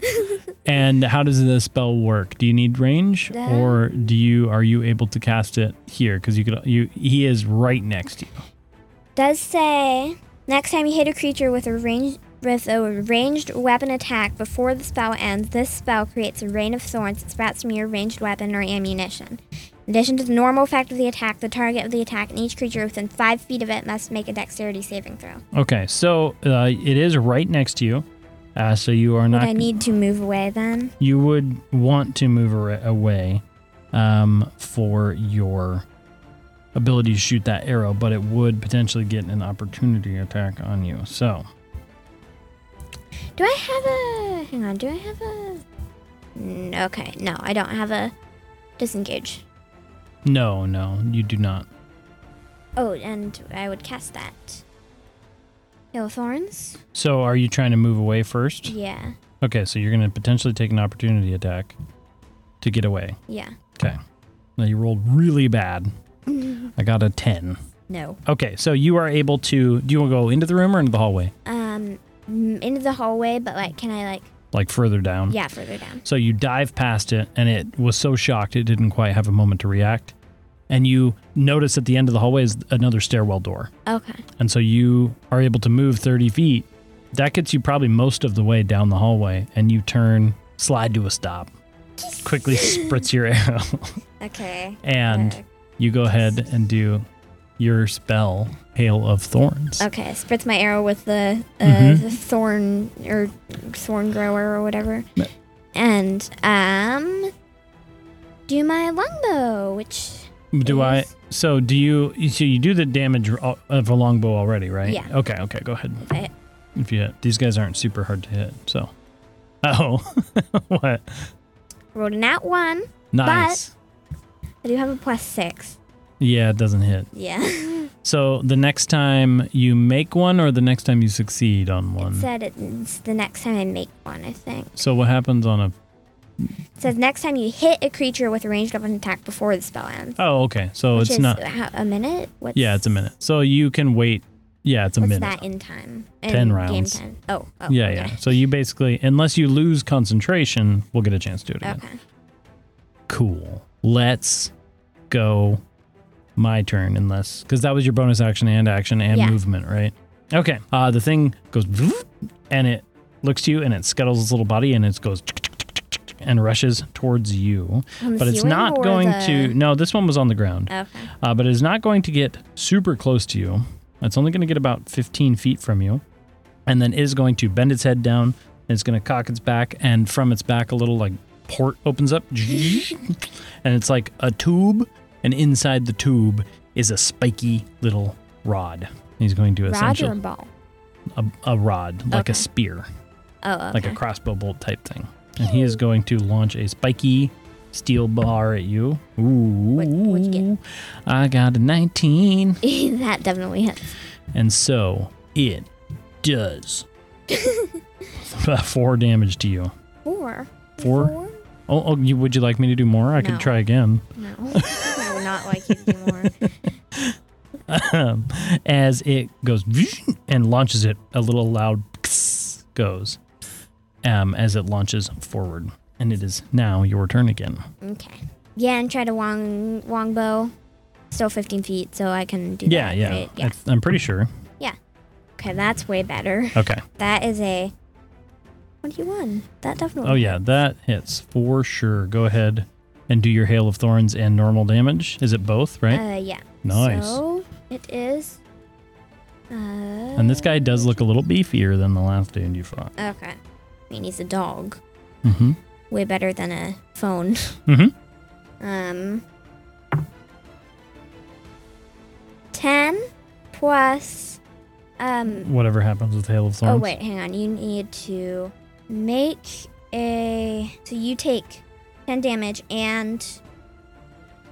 Speaker 3: and how does the spell work? Do you need range,
Speaker 4: Uh,
Speaker 3: or do you are you able to cast it here? Because you could. You he is right next to you.
Speaker 4: does say next time you hit a creature with a ranged with a ranged weapon attack before the spell ends, this spell creates a rain of thorns that sprouts from your ranged weapon or ammunition. In addition to the normal effect of the attack, the target of the attack and each creature within five feet of it must make a dexterity saving throw.
Speaker 3: Okay, so uh, it is right next to you. Uh, so you are
Speaker 4: Would
Speaker 3: not.
Speaker 4: I need to move away then?
Speaker 3: you would want to move ar- away um, for your ability to shoot that arrow, but it would potentially get an opportunity attack on you. So
Speaker 4: Do I have a. Hang on, do I have a. Mm, Okay, no, I don't have a disengage.
Speaker 3: No, no, you do not.
Speaker 4: Oh, and I would cast that. Hill of Thorns?
Speaker 3: So are you trying to move away first?
Speaker 4: Yeah,
Speaker 3: Okay, so you're going to potentially take an opportunity attack to get away.
Speaker 4: yeah.
Speaker 3: Okay. Now you rolled really bad. I got a 10.
Speaker 4: No.
Speaker 3: Okay, so you are able to. Do you want to go into the room or into the hallway?
Speaker 4: Um, mm, into the hallway, but like, can I, like.
Speaker 3: Like further down?
Speaker 4: Yeah, further down.
Speaker 3: So you dive past it, and it was so shocked it didn't quite have a moment to react. And you notice at the end of the hallway is another stairwell door.
Speaker 4: Okay.
Speaker 3: And so you are able to move 30 feet. That gets you probably most of the way down the hallway, and you turn, slide to a stop, quickly spritz your arrow,
Speaker 4: Okay.
Speaker 3: and you go ahead and do your spell, Hail of Thorns.
Speaker 4: Okay, spritz my arrow with the, uh,
Speaker 3: Mhm.
Speaker 4: the thorn or thorn grower or whatever, and um, do my longbow, which
Speaker 3: Do I?
Speaker 4: Yes.
Speaker 3: So do you? So you do the damage al- of a longbow already, right?
Speaker 4: Yeah.
Speaker 3: Okay. Okay. Go ahead.
Speaker 4: if I hit,
Speaker 3: If you hit, these guys aren't super hard to hit. So. Oh. what?
Speaker 4: rolled an at one,
Speaker 3: Nice.
Speaker 4: I do have a plus six.
Speaker 3: yeah, it doesn't hit.
Speaker 4: Yeah,
Speaker 3: So the next time you make one, or the next time you succeed on
Speaker 4: it
Speaker 3: one.
Speaker 4: said it's the next time I make one. I think
Speaker 3: so what happens on a?
Speaker 4: it says next time you hit a creature with a ranged weapon attack before the spell ends.
Speaker 3: Oh, okay. So
Speaker 4: which
Speaker 3: it's
Speaker 4: is
Speaker 3: not.
Speaker 4: ho- a minute. What's,
Speaker 3: Yeah, it's a minute. So you can wait. Yeah, it's a
Speaker 4: what's
Speaker 3: minute.
Speaker 4: that in time? In
Speaker 3: 10
Speaker 4: Game
Speaker 3: rounds.
Speaker 4: time. Oh, oh
Speaker 3: Yeah,
Speaker 4: okay.
Speaker 3: yeah. So you basically, unless you lose concentration, we'll get a chance to do it again.
Speaker 4: Okay.
Speaker 3: Cool. Let's go. My turn, unless because that was your bonus action and action and
Speaker 4: Yeah.
Speaker 3: movement, right? Okay. Uh, the thing goes vroom, and it looks to you and it scuttles its little body and it goes and rushes towards you,
Speaker 4: On the
Speaker 3: but it's
Speaker 4: ceiling
Speaker 3: not
Speaker 4: or
Speaker 3: going
Speaker 4: the-
Speaker 3: to. No, this one was on the ground,
Speaker 4: Okay.
Speaker 3: uh, but it's not going to get super close to you. It's only going to get about 15 feet from you, and then is going to bend its head down. And it's going to cock its back, and from its back, a little like port opens up, and it's like a tube, and inside the tube is a spiky little rod. He's going to
Speaker 4: Roger
Speaker 3: essentially
Speaker 4: and Ball.
Speaker 3: a, a rod, like a
Speaker 4: Okay.
Speaker 3: spear,
Speaker 4: Oh, okay.
Speaker 3: like a crossbow bolt type thing, and he is going to launch a spiky steel bar at you. Ooh,
Speaker 4: what'd you get?
Speaker 3: I got a 19.
Speaker 4: that definitely hits.
Speaker 3: And so it does about four damage to you.
Speaker 4: Four.
Speaker 3: Four? Oh, oh you, would you like me to do more? I
Speaker 4: No.
Speaker 3: could try again.
Speaker 4: No. I would not like it anymore.
Speaker 3: As it goes and launches it, a little loud goes um, as it launches forward. And it is now your turn again.
Speaker 4: Okay. Yeah, and try to Wong Wongbow. Still 15 feet, so I can do
Speaker 3: Yeah,
Speaker 4: that.
Speaker 3: yeah.
Speaker 4: right? yeah.
Speaker 3: It's- I'm pretty sure.
Speaker 4: Okay, that's way better.
Speaker 3: Okay.
Speaker 4: That is a 21. That definitely.
Speaker 3: Oh, yeah. That hits for sure. Go ahead and do your Hail of Thorns and normal damage. Is it both, right?
Speaker 4: Uh, yeah.
Speaker 3: nice.
Speaker 4: So it is. Uh,
Speaker 3: And this guy does look a little beefier than the last dude you fought.
Speaker 4: Okay. I mean, he's a dog.
Speaker 3: Mm-hmm.
Speaker 4: Way better than a phone.
Speaker 3: Mhm.
Speaker 4: Um. 10 plus. Um.
Speaker 3: Whatever happens with Hail of Thorns.
Speaker 4: Oh, wait, hang on. You need to make a. So you take 10 damage and.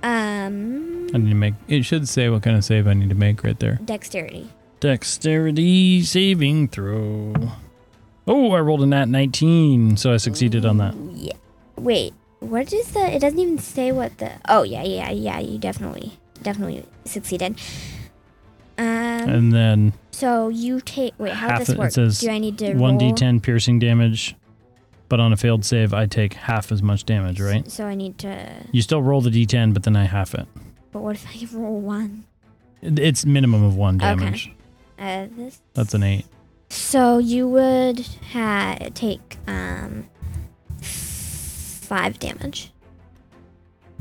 Speaker 4: Um.
Speaker 3: I need to make. It should say what kind of save I need to make right there.
Speaker 4: Dexterity.
Speaker 3: Dexterity saving throw. Oh, I rolled a nat 19, so I succeeded on that.
Speaker 4: Yeah. Wait, what is the? It doesn't even say what the. Oh yeah, yeah, yeah. You definitely, definitely succeeded. Um.
Speaker 3: And then
Speaker 4: So you take. Wait, how
Speaker 3: half
Speaker 4: does this
Speaker 3: it-
Speaker 4: work?
Speaker 3: it says
Speaker 4: Do I need to roll?
Speaker 3: 1d10 piercing damage, but on a failed save, I take half as much damage, right?
Speaker 4: So I need to.
Speaker 3: You still roll the d10, but then I half it.
Speaker 4: But what if I roll one?
Speaker 3: It- It's minimum of one
Speaker 4: Okay.
Speaker 3: damage.
Speaker 4: Uh, this.
Speaker 3: That's an 8.
Speaker 4: So you would ha- take um five damage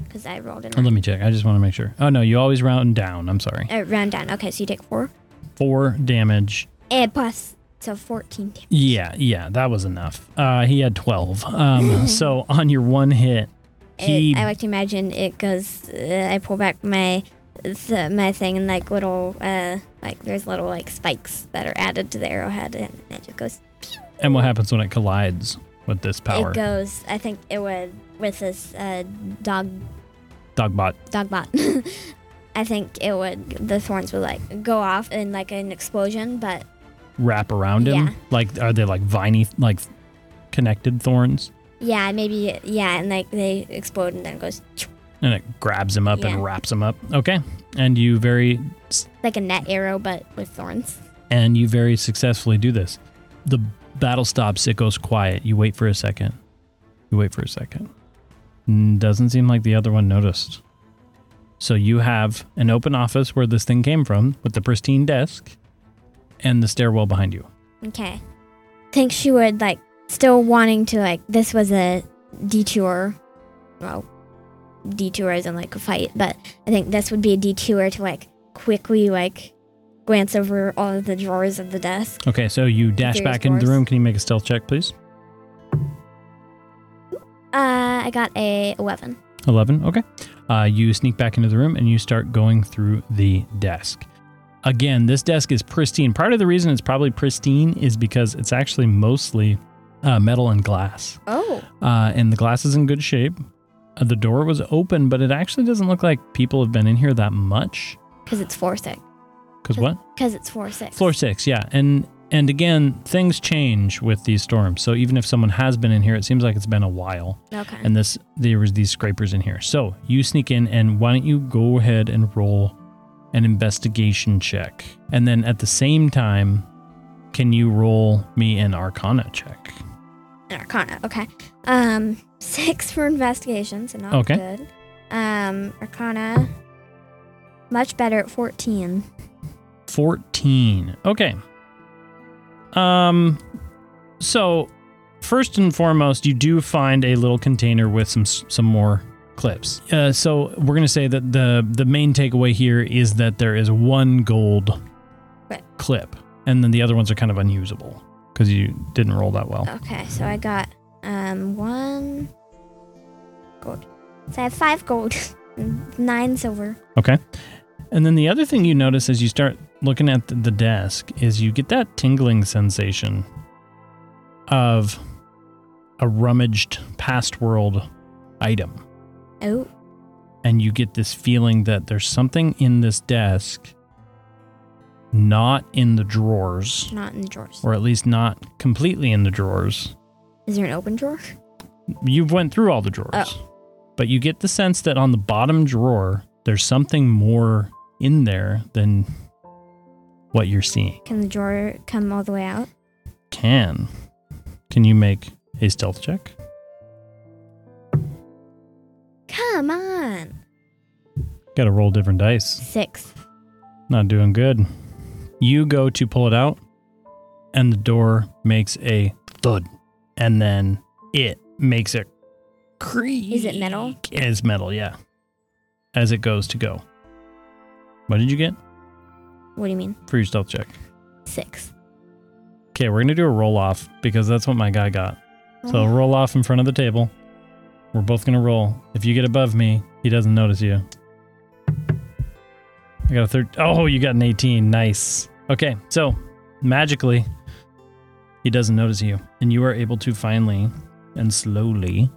Speaker 4: because I rolled in.
Speaker 3: Oh, let me check. I just want to make sure. Oh, no, you always round down. I'm sorry.
Speaker 4: Uh, round down. Okay, so you take four
Speaker 3: Four damage
Speaker 4: and plus so fourteen damage.
Speaker 3: Yeah, yeah, that was enough. Uh, he had 12. Um, so on your one hit, he.
Speaker 4: it, Eh, I like to imagine it goes. Uh, I pull back my th- my thing and like little uh like there's little like spikes that are added to the arrowhead and it just goes. pew.
Speaker 3: And what happens when it collides with this power?
Speaker 4: It goes. I think it would with this uh, dog
Speaker 3: Dogbot.
Speaker 4: Dogbot. I think it would. The thorns would like go off in like an explosion, but
Speaker 3: wrap around him?
Speaker 4: Yeah.
Speaker 3: Like, are they like viney, like connected thorns?
Speaker 4: yeah, maybe yeah, and like they explode and then it goes
Speaker 3: And it grabs him up
Speaker 4: Yeah.
Speaker 3: and wraps him up. Okay. And you very,
Speaker 4: like a net arrow, but with thorns.
Speaker 3: and you very successfully do this. The battle stops. It goes quiet. You wait for a second. You wait for a second. Mm, Doesn't seem like the other one noticed. So you have an open office where this thing came from with the pristine desk and the stairwell behind you.
Speaker 4: Okay, think she would like still wanting to like this was a detour. Well, detour isn't like a fight, but I think this would be a detour to like quickly like glance over all of the drawers of the desk.
Speaker 3: Okay, so you dash
Speaker 4: There's
Speaker 3: back into the
Speaker 4: doors.
Speaker 3: room. Can you make a stealth check, please?
Speaker 4: Uh, I got a eleven.
Speaker 3: 11. Okay. Uh, you sneak back into the room and you start going through the desk. Again, this desk is pristine. Part of the reason it's probably pristine is because it's actually mostly uh, metal and glass.
Speaker 4: Oh,
Speaker 3: Uh, and the glass is in good shape. Uh, the door was open, but it actually doesn't look like people have been in here that much.
Speaker 4: because it's four six.
Speaker 3: Because what?
Speaker 4: Because it's four six.
Speaker 3: Floor six, yeah. And and again, things change with these storms. So even if someone has been in here, it seems like it's been a while.
Speaker 4: Okay.
Speaker 3: and this there was these scrapers in here. So you sneak in, and why don't you go ahead and roll an investigation check, and then at the same time, can you roll me an Arcana check?
Speaker 4: Arcana. Okay. Um, six for investigation, so not
Speaker 3: Okay.
Speaker 4: good. Um, Arcana. Much better at fourteen.
Speaker 3: Fourteen. Okay. Um. So first and foremost, you do find a little container with some some more clips. Uh, so we're gonna say that the the main takeaway here is that there is one gold
Speaker 4: Right.
Speaker 3: clip, and then the other ones are kind of unusable because you didn't roll that well.
Speaker 4: Okay, so I got um one gold. So I have five gold, and nine silver.
Speaker 3: Okay. And then the other thing you notice as you start looking at the- the desk is you get that tingling sensation of a rummaged past world item.
Speaker 4: Oh,
Speaker 3: and you get this feeling that there's something in this desk not in the drawers
Speaker 4: not in the drawers.
Speaker 3: or at least not completely in the drawers
Speaker 4: Is there an open drawer?
Speaker 3: you've went through all the drawers
Speaker 4: Oh.
Speaker 3: but you get the sense that on the bottom drawer there's something more in there than what you're seeing
Speaker 4: Can the drawer come all the way out?
Speaker 3: can can you make a stealth check
Speaker 4: Come on.
Speaker 3: gotta roll different dice
Speaker 4: Six.
Speaker 3: Not doing good. You go to pull it out, and the door makes a thud, and then it makes a creak.
Speaker 4: Is it metal?
Speaker 3: It is metal, yeah. As it goes to go. What did you get
Speaker 4: What do you mean?
Speaker 3: for your stealth check?
Speaker 4: Six.
Speaker 3: Okay, we're gonna do a roll off because that's what my guy got. So
Speaker 4: Oh,
Speaker 3: roll off in front of the table. We're both gonna roll. If you get above me, he doesn't notice you. I got a third. Oh, you got an 18. Nice. Okay, so magically, he doesn't notice you, and you are able to finally and slowly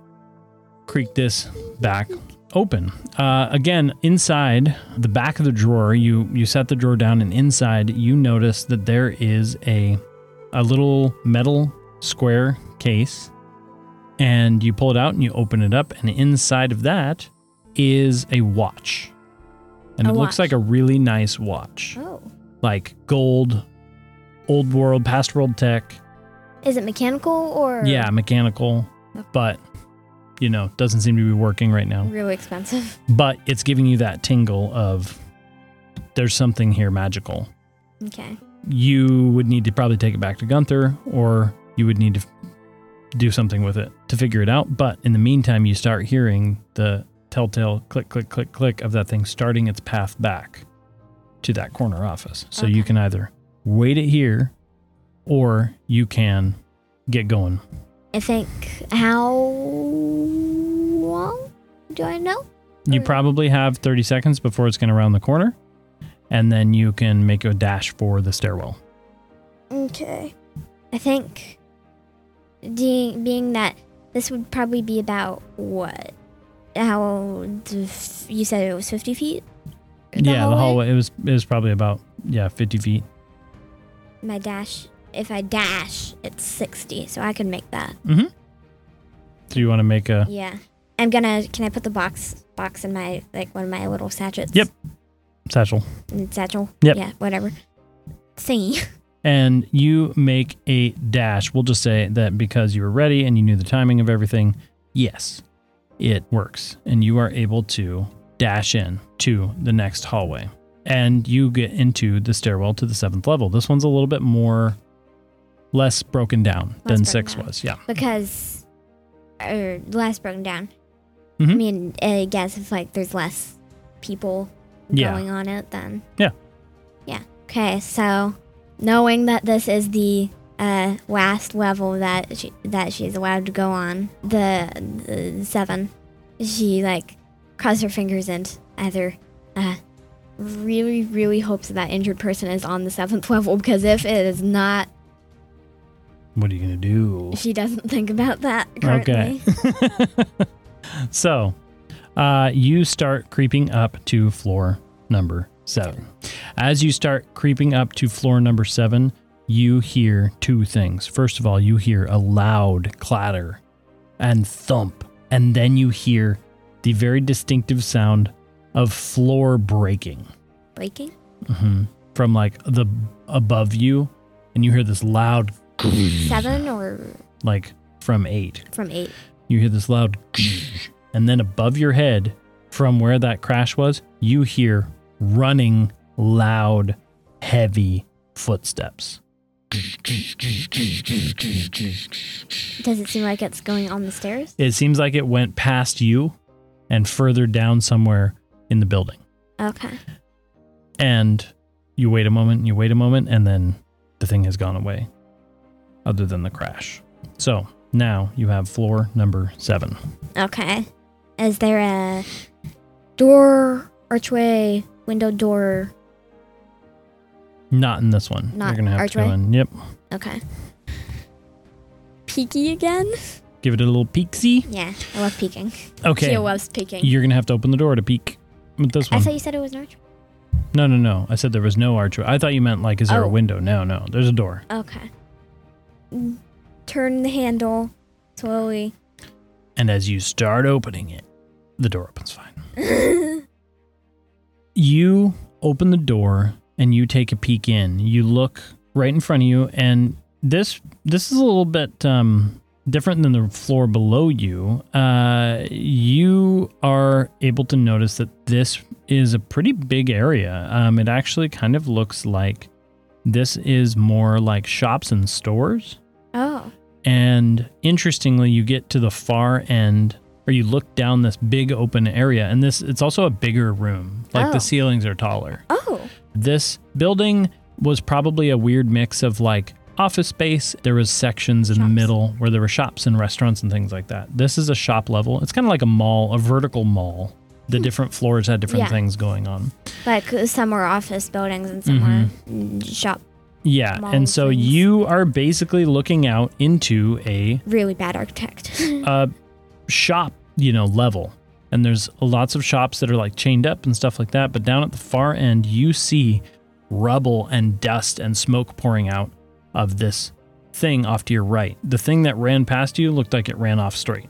Speaker 3: creak this back open. Uh, again, inside the back of the drawer, you you set the drawer down, and inside you notice that there is a a little metal square case and you pull it out and you open it up and inside of that is a watch and
Speaker 4: A
Speaker 3: it looks
Speaker 4: watch.
Speaker 3: like a really nice watch
Speaker 4: oh.
Speaker 3: like gold old world past world tech
Speaker 4: Is it mechanical or?
Speaker 3: yeah mechanical but you know doesn't seem to be working right now
Speaker 4: Really expensive.
Speaker 3: but it's giving you that tingle of there's something here magical
Speaker 4: Okay.
Speaker 3: you would need to probably take it back to Gunther or you would need to do something with it to figure it out. But in the meantime, you start hearing the telltale click, click, click, click of that thing starting its path back to that corner office. So you
Speaker 4: Okay.
Speaker 3: can either wait it here or you can get going.
Speaker 4: I think how long do I know?
Speaker 3: You
Speaker 4: Okay.
Speaker 3: probably have 30 seconds before it's going to round the corner. And then you can make a dash for the stairwell.
Speaker 4: Okay. I think de- being that this would probably be about what? How d- f- you said it was 50 feet?
Speaker 3: yeah, the hallway. It was it was probably about yeah fifty feet.
Speaker 4: My dash, if I dash, it's 60, so I can make that.
Speaker 3: Do Mm-hmm. you want to make a?
Speaker 4: Yeah. I'm gonna, can I put the box box in my, like one of my little sachets?
Speaker 3: Yep. satchel
Speaker 4: In the satchel?
Speaker 3: Yep.
Speaker 4: Yeah, whatever. Thingy.
Speaker 3: and you make a dash. We'll just say that because you were ready and you knew the timing of everything, yes, it works. And you are able to dash in to the next hallway. And you get into the stairwell to the seventh level. This one's a little bit more less broken down
Speaker 4: Less
Speaker 3: than
Speaker 4: broken
Speaker 3: six
Speaker 4: down.
Speaker 3: was. Yeah.
Speaker 4: Because, or last broken down. I
Speaker 3: Mhm.
Speaker 4: mean, I guess if like there's less people
Speaker 3: Yeah.
Speaker 4: going on it, then
Speaker 3: Yeah.
Speaker 4: yeah. Okay, so knowing that this is the uh, last level that she that she's allowed to go on, the, the seven, she like crosses her fingers and either uh, really really hopes that injured person is on the seventh level because if it is not,
Speaker 3: What are you gonna do?
Speaker 4: she doesn't think about that currently.
Speaker 3: so, uh, you start creeping up to floor number seven. As you start creeping up to floor number seven, you hear two things. First of all, you hear a loud clatter and thump, and then you hear the very distinctive sound of floor breaking
Speaker 4: Breaking.
Speaker 3: Mhm. from like the above you, and you hear this loud
Speaker 4: seven or
Speaker 3: like from eight.
Speaker 4: from eight.
Speaker 3: You hear this loud, and then above your head, from where that crash was, you hear running, loud, heavy footsteps.
Speaker 4: Does it seem like it's going on the stairs?
Speaker 3: It seems like it went past you and further down somewhere in the building.
Speaker 4: Okay.
Speaker 3: And you wait a moment, you wait a moment, and then the thing has gone away, other than the crash. So now you have floor number seven.
Speaker 4: Okay. Is there a door, archway, window door?
Speaker 3: Not in this one.
Speaker 4: Not
Speaker 3: You're gonna have to go
Speaker 4: archway?
Speaker 3: in. Yep.
Speaker 4: Okay. Peeky again?
Speaker 3: Give it a little peeksy.
Speaker 4: Yeah, I love peeking.
Speaker 3: Okay.
Speaker 4: Kia loves peeking.
Speaker 3: You're gonna have to open the door to peek with this
Speaker 4: I
Speaker 3: one.
Speaker 4: thought you said it was an archway.
Speaker 3: no, no, no. I said there was no archway. I thought you meant like, is there a
Speaker 4: Oh.
Speaker 3: window? No, no. There's a door.
Speaker 4: Okay. Mm, Turn the handle slowly.
Speaker 3: And as you start opening it, the door opens fine. you open the door and you take a peek in. You look right in front of you, and this this is a little bit um, different than the floor below you. Uh, you are able to notice that this is a pretty big area. Um, it actually kind of looks like this is more like shops and stores.
Speaker 4: Oh,
Speaker 3: And interestingly, you get to the far end or you look down this big open area and this it's also a bigger room. Like
Speaker 4: Oh.
Speaker 3: the ceilings are taller.
Speaker 4: oh,
Speaker 3: This building was probably a weird mix of like office space. There was sections in the
Speaker 4: Shops.
Speaker 3: middle where there were shops and restaurants and things like that. This is a shop level. It's kind of like a mall, a vertical mall. The different floors had different
Speaker 4: Hmm. Yeah.
Speaker 3: things going on.
Speaker 4: like some were office buildings and some were mm, shop.
Speaker 3: Yeah.
Speaker 4: Mall
Speaker 3: and so
Speaker 4: things.
Speaker 3: you are basically looking out into a
Speaker 4: Really bad architect.
Speaker 3: uh, shop, you know, level. And there's lots of shops that are like chained up and stuff like that. But down at the far end, you see rubble and dust and smoke pouring out of this thing off to your right. The thing that ran past you looked like it ran off straight,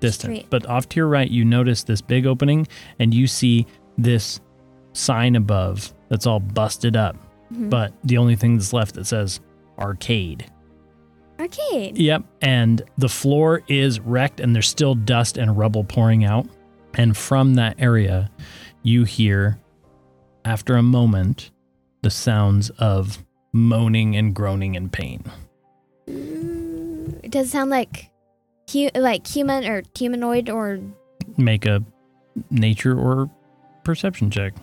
Speaker 3: distant.
Speaker 4: Straight.
Speaker 3: But off to your right, you notice this big opening and you see this sign above that's all busted up.
Speaker 4: Mhm.
Speaker 3: But the only thing that's left that says arcade.
Speaker 4: Arcade.
Speaker 3: Yep. And the floor is wrecked, and there's still dust and rubble pouring out. And from that area, you hear, after a moment, the sounds of moaning and groaning in pain.
Speaker 4: Mm, It does sound like hu- like human or humanoid or
Speaker 3: Make a nature or perception check.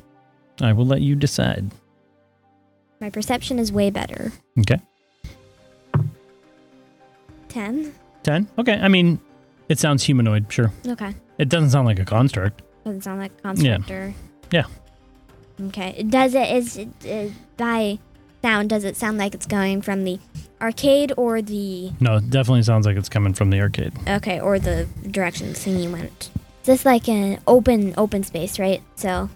Speaker 3: I will let you decide.
Speaker 4: my perception is way better.
Speaker 3: Okay.
Speaker 4: 10.
Speaker 3: 10. Okay. I mean, it sounds humanoid, sure.
Speaker 4: Okay.
Speaker 3: It doesn't sound like a construct.
Speaker 4: Doesn't sound like constructor.
Speaker 3: Yeah.
Speaker 4: Okay. Does it is it, uh, by sound does it sound like it's going from the arcade or the
Speaker 3: No, it definitely sounds like it's coming from the arcade.
Speaker 4: okay or the direction the singing went? Is this like an open open space, right? So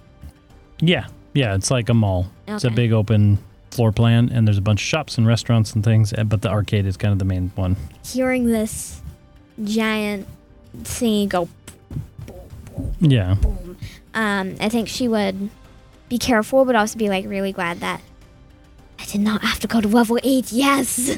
Speaker 3: Yeah, yeah, it's like a mall. It's a
Speaker 4: Okay.
Speaker 3: big open floor plan, and there's a bunch of shops and restaurants and things. eh, But the arcade is kind of the main one.
Speaker 4: hearing this giant singing go,
Speaker 3: Yeah,
Speaker 4: um, I think she would be careful, but also be like really glad that I did not have to go to level eight. Yes.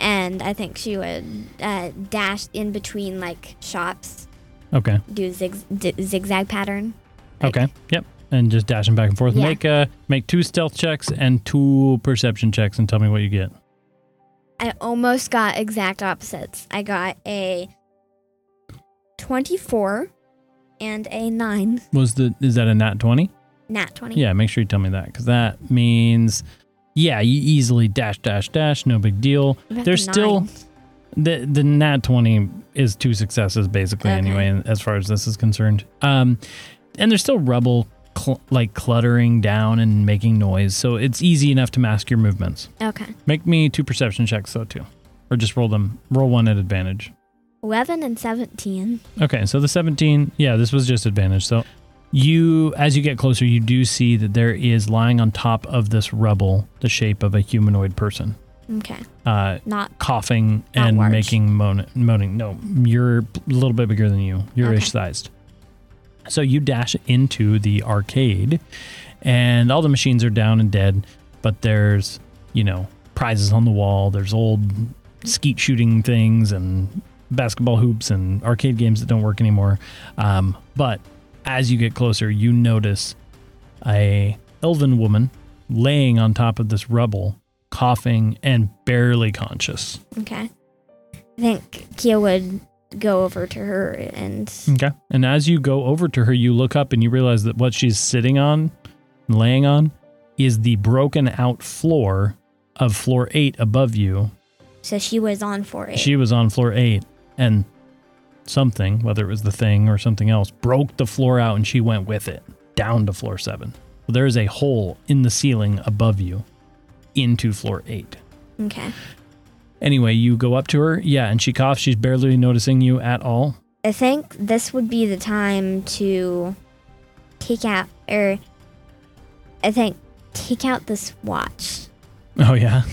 Speaker 4: and I think she would uh, dash in between like shops,
Speaker 3: okay,
Speaker 4: do zig- d- zigzag pattern. Like-
Speaker 3: okay, yep. And just dashing back and forth.
Speaker 4: Yeah.
Speaker 3: Make uh, make two stealth checks and two perception checks, and tell me what you get.
Speaker 4: I almost got exact opposites. I got a 24 and a 9.
Speaker 3: Was the is that a nat twenty?
Speaker 4: Nat 20.
Speaker 3: Yeah, make sure you tell me that because that means, yeah, you easily dash dash dash, no big deal.
Speaker 4: What about
Speaker 3: There's
Speaker 4: the
Speaker 3: still
Speaker 4: nine?
Speaker 3: the the nat twenty is two successes basically
Speaker 4: Okay.
Speaker 3: anyway, and as far as this is concerned. Um, and there's still rubble cl- like cluttering down and making noise, so it's easy enough to mask your movements.
Speaker 4: Okay.
Speaker 3: Make me two perception checks though too, or just roll them. Roll one at advantage.
Speaker 4: 11 and 17.
Speaker 3: Okay, so the 17, yeah, this was just advantage. So you, as you get closer, you do see that there is lying on top of this rubble the shape of a humanoid person,
Speaker 4: Okay.
Speaker 3: uh,
Speaker 4: Not
Speaker 3: coughing
Speaker 4: Not
Speaker 3: and
Speaker 4: large.
Speaker 3: making moan- moaning. No, you're a little bit bigger than you. You're
Speaker 4: Okay.
Speaker 3: ish sized. So you dash into the arcade, and all the machines are down and dead, but there's, you know, prizes on the wall. There's old skeet shooting things and basketball hoops and arcade games that don't work anymore. Um, but as you get closer, you notice a elven woman laying on top of this rubble, coughing and barely conscious.
Speaker 4: Okay. I think Kia would go over to her and
Speaker 3: Okay. And as you go over to her, you look up and you realize that what she's sitting on, laying on, is the broken out floor of floor eight above you.
Speaker 4: so she was on for it.
Speaker 3: She was on floor eight and something, whether it was the thing or something else, broke the floor out and she went with it down to floor seven. There is a hole in the ceiling above you into floor eight.
Speaker 4: okay.
Speaker 3: Anyway, you go up to her. Yeah, and she coughs. She's barely noticing you at all.
Speaker 4: I think this would be the time to take out or I think take out this watch.
Speaker 3: Oh, yeah.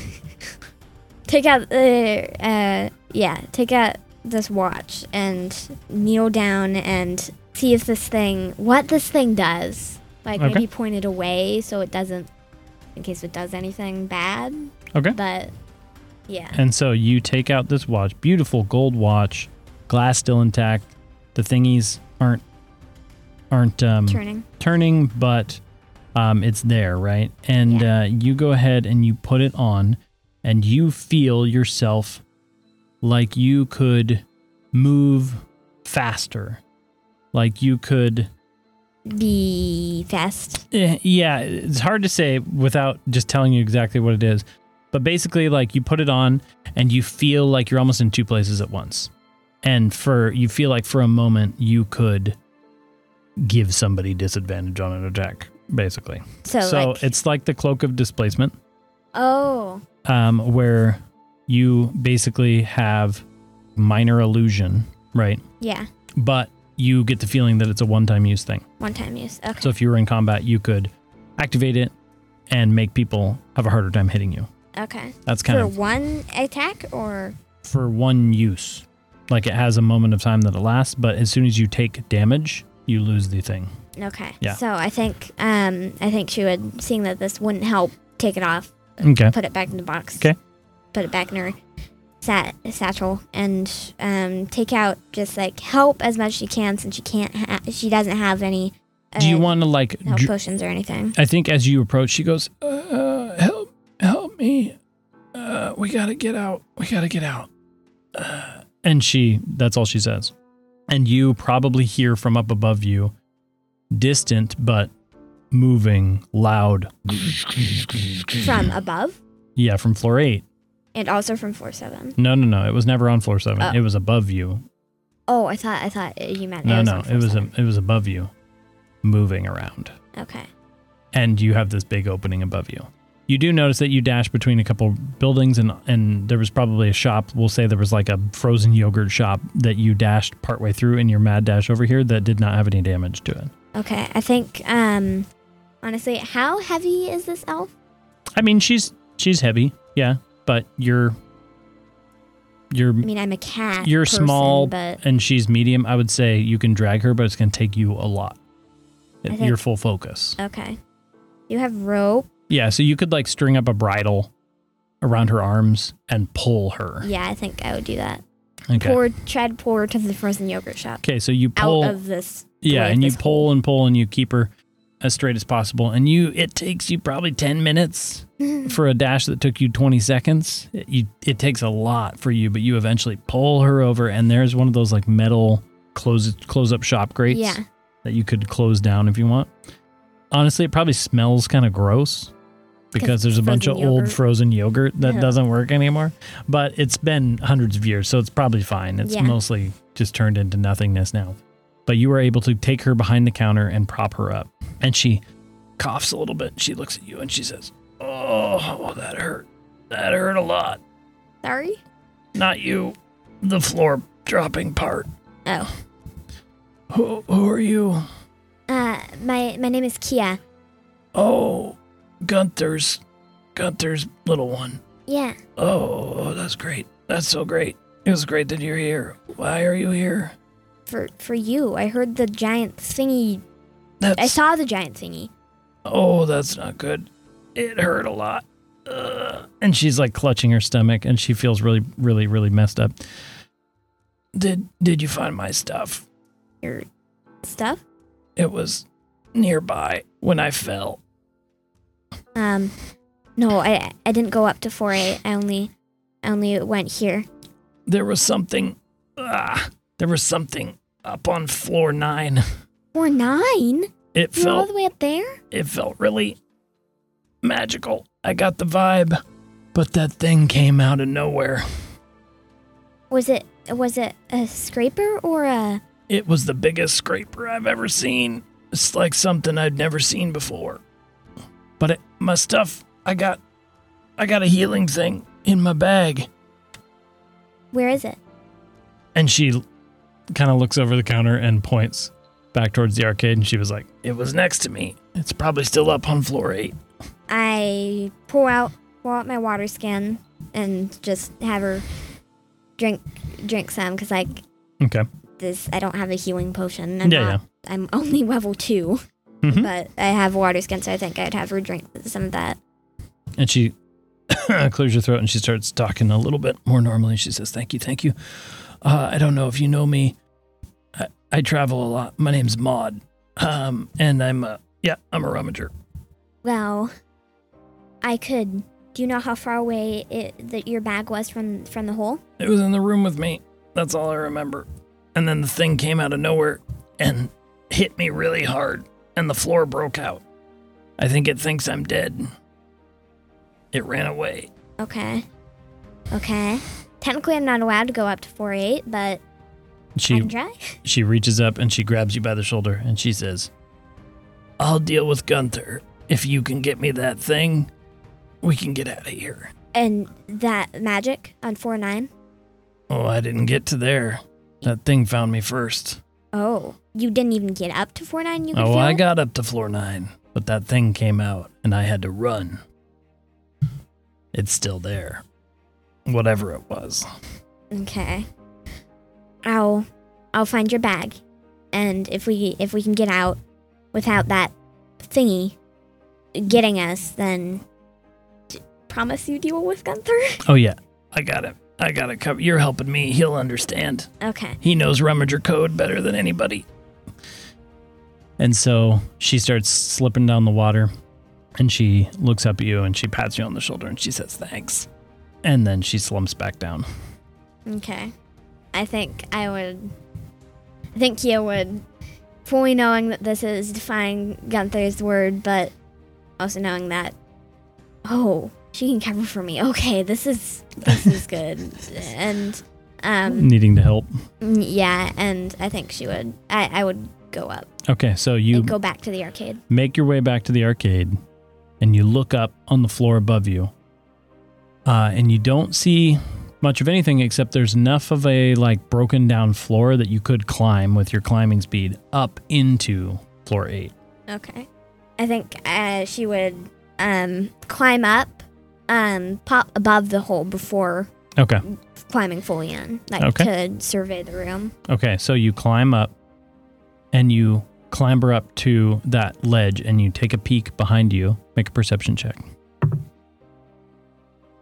Speaker 4: Take out the uh yeah, take out this watch and kneel down and see if this thing what this thing does. Like
Speaker 3: Okay.
Speaker 4: maybe point it away so it doesn't in case it does anything bad.
Speaker 3: Okay.
Speaker 4: But yeah.
Speaker 3: And so you take out this watch, beautiful gold watch, glass still intact. The thingies aren't aren't um,
Speaker 4: Turning.
Speaker 3: turning, but um, it's there, right? And uh, you go ahead and you put it on, and you feel yourself like you could move faster, like you could
Speaker 4: Be fast.
Speaker 3: Eh, yeah, it's hard to say without just telling you exactly what it is. But basically, like you put it on and you feel like you're almost in two places at once. And for you feel like for a moment you could give somebody disadvantage on an attack, basically.
Speaker 4: So,
Speaker 3: so
Speaker 4: like,
Speaker 3: it's like the cloak of displacement,
Speaker 4: oh,
Speaker 3: um, where you basically have minor illusion, right?
Speaker 4: yeah,
Speaker 3: But you get the feeling that it's a one time use thing.
Speaker 4: one time use. Okay.
Speaker 3: So if you were in combat, you could activate it and make people have a harder time hitting you.
Speaker 4: okay.
Speaker 3: That's kind
Speaker 4: For
Speaker 3: of
Speaker 4: one attack or
Speaker 3: for one use. Like it has a moment of time that it lasts, but as soon as you take damage, you lose the thing.
Speaker 4: okay.
Speaker 3: Yeah.
Speaker 4: So I think um I think she would seeing that this wouldn't help, take it off,
Speaker 3: Okay.
Speaker 4: put it back in the box.
Speaker 3: Okay.
Speaker 4: Put it back in her sat- satchel and um take out just like help as much as she can since she can't ha- she doesn't have any uh,
Speaker 3: Do you want to like?
Speaker 4: help
Speaker 3: dr-
Speaker 4: potions or anything.
Speaker 3: I think as you approach, she goes, uh, "Help! Help me! Uh, we gotta get out! We gotta get out!" Uh, and she—that's all she says. And you probably hear from up above you, distant but moving, loud.
Speaker 4: From above
Speaker 3: Yeah, from floor eight.
Speaker 4: and also from floor 7.
Speaker 3: No, no, no. It was never on floor seven.
Speaker 4: Oh.
Speaker 3: It was above you.
Speaker 4: Oh, I thought I thought you meant
Speaker 3: No,
Speaker 4: it was
Speaker 3: no.
Speaker 4: on
Speaker 3: It
Speaker 4: floor
Speaker 3: was a,
Speaker 4: seven.
Speaker 3: it was above you, moving around,
Speaker 4: Okay.
Speaker 3: and you have this big opening above you. You do notice that you dashed between a couple buildings, and and there was probably a shop. We'll say there was like a frozen yogurt shop that you dashed partway through in your mad dash over here that did not have any damage to it.
Speaker 4: Okay, I think um honestly, how heavy is this elf?
Speaker 3: I mean, she's she's heavy, yeah, but you're you're
Speaker 4: I mean, I'm a cat.
Speaker 3: you're
Speaker 4: person,
Speaker 3: small
Speaker 4: but
Speaker 3: and she's medium. I would say you can drag her, but it's going to take you a lot.
Speaker 4: I
Speaker 3: Your
Speaker 4: think-
Speaker 3: full focus.
Speaker 4: okay. You have rope.
Speaker 3: Yeah, so you could like string up a bridle around her arms and pull her.
Speaker 4: Yeah, I think I would do that.
Speaker 3: Okay.
Speaker 4: Pour, try to pour her to the frozen yogurt shop
Speaker 3: okay, so you pull
Speaker 4: out of this.
Speaker 3: Yeah,
Speaker 4: way
Speaker 3: and you
Speaker 4: this
Speaker 3: pull
Speaker 4: hole.
Speaker 3: and pull and you keep her as straight as possible. And you it takes you probably 10 minutes for a dash that took you 20 seconds. It, you, it takes a lot for you, but you eventually pull her over and there's one of those like metal close close up shop grates
Speaker 4: Yeah.
Speaker 3: that you could close down if you want. Honestly, it probably smells kind of gross because there's a bunch of
Speaker 4: frozen
Speaker 3: old
Speaker 4: yogurt.
Speaker 3: frozen yogurt that
Speaker 4: Yeah.
Speaker 3: doesn't work anymore. But it's been hundreds of years, so it's probably fine. It's
Speaker 4: Yeah.
Speaker 3: mostly just turned into nothingness now. But you were able to take her behind the counter and prop her up. And she coughs a little bit. She looks at you and she says, Oh, that hurt. That hurt a lot.
Speaker 4: Sorry.
Speaker 3: Not you, the floor dropping part.
Speaker 4: Oh,
Speaker 3: Who, who are you?
Speaker 4: uh, my my name is Kia.
Speaker 3: Oh, Gunther's, Gunther's little one.
Speaker 4: Yeah.
Speaker 3: Oh, that's great. That's so great. It was great that you're here. Why are you here?
Speaker 4: for for you. I heard the giant thingy.
Speaker 3: That's,
Speaker 4: I saw the giant thingy.
Speaker 3: Oh, that's not good. It hurt a lot. Ugh. And she's like clutching her stomach, and she feels really, really, really messed up. Did Did you find my stuff?
Speaker 4: Your stuff.
Speaker 3: It was nearby when I fell.
Speaker 4: Um, no, I I didn't go up to 4A. I only I only went here.
Speaker 3: There was something. Ah, there was something up on floor nine.
Speaker 4: Or nine.
Speaker 3: It
Speaker 4: You're all
Speaker 3: felt
Speaker 4: the way up there.
Speaker 3: it felt really magical. I got the vibe, but that thing came out of nowhere.
Speaker 4: Was it was it a scraper or a?
Speaker 3: It was the biggest scraper I've ever seen. It's like something I'd never seen before. But it, my stuff, I got I got a healing thing in my bag.
Speaker 4: Where is it?
Speaker 3: And she kind of looks over the counter and points back towards the arcade and she was like, "It was next to me. It's probably still up on floor 8."
Speaker 4: I pull out pull out my water skin and just have her drink drink some because like
Speaker 3: Okay.
Speaker 4: this I don't have a healing potion. I'm
Speaker 3: Yeah,
Speaker 4: not, I'm only level 2
Speaker 3: Mhm.
Speaker 4: but I have water skin, so I think I'd have her drink some of that.
Speaker 3: And she clears her throat and she starts talking a little bit more normally. She says, Thank you, thank you. Uh, I don't know if you know me. I, I travel a lot. My name's Maud. Um, and I'm a, yeah, I'm a rummager.
Speaker 4: Well, I could. Do you know how far away it, that your bag was from from the hole?
Speaker 3: It was in the room with me. That's all I remember. And then the thing came out of nowhere and hit me really hard, and the floor broke out. I think it thinks I'm dead. It ran away.
Speaker 4: Okay. Okay. Technically, I'm not allowed to go up to four eight, but I
Speaker 3: She
Speaker 4: can try.
Speaker 3: She reaches up and she grabs you by the shoulder and she says, I'll deal with Gunther. If you can get me that thing, we can get out of here.
Speaker 4: And that magic on four nine.
Speaker 3: Oh, I didn't get to there. That thing found me first.
Speaker 4: Oh, you didn't even get up to four nine. You could
Speaker 3: Oh,
Speaker 4: feel
Speaker 3: I
Speaker 4: it?
Speaker 3: got up to floor nine, but that thing came out and I had to run. It's still there. Whatever it was.
Speaker 4: Okay. I'll I'll find your bag. And if we if we can get out without that thingy getting us, then d- promise you deal with Gunther.
Speaker 3: Oh, yeah. I got it. I got it covered. You're helping me. He'll understand.
Speaker 4: okay.
Speaker 3: He knows Rummager code better than anybody. And so she starts slipping down the water and she looks up at you and she pats you on the shoulder and she says, Thanks. And then she slumps back down.
Speaker 4: Okay. I think I would I think Kia would fully knowing that this is defying Gunther's word, but also knowing that oh, she can cover for me. Okay, this is this is good. And um
Speaker 3: Needing to help.
Speaker 4: Mm, Yeah, and I think she would. I, I would go up
Speaker 3: Okay, so you
Speaker 4: and go back to the arcade.
Speaker 3: make your way back to the arcade and you look up on the floor above you. Uh, and you don't see much of anything except there's enough of a like broken down floor that you could climb with your climbing speed up into floor eight.
Speaker 4: Okay. I think uh, she would um, climb up, um, pop above the hole before
Speaker 3: Okay.
Speaker 4: climbing fully in, like
Speaker 3: Okay.
Speaker 4: to survey the room.
Speaker 3: Okay. So you climb up and you clamber up to that ledge and you take a peek behind you. Make a perception check.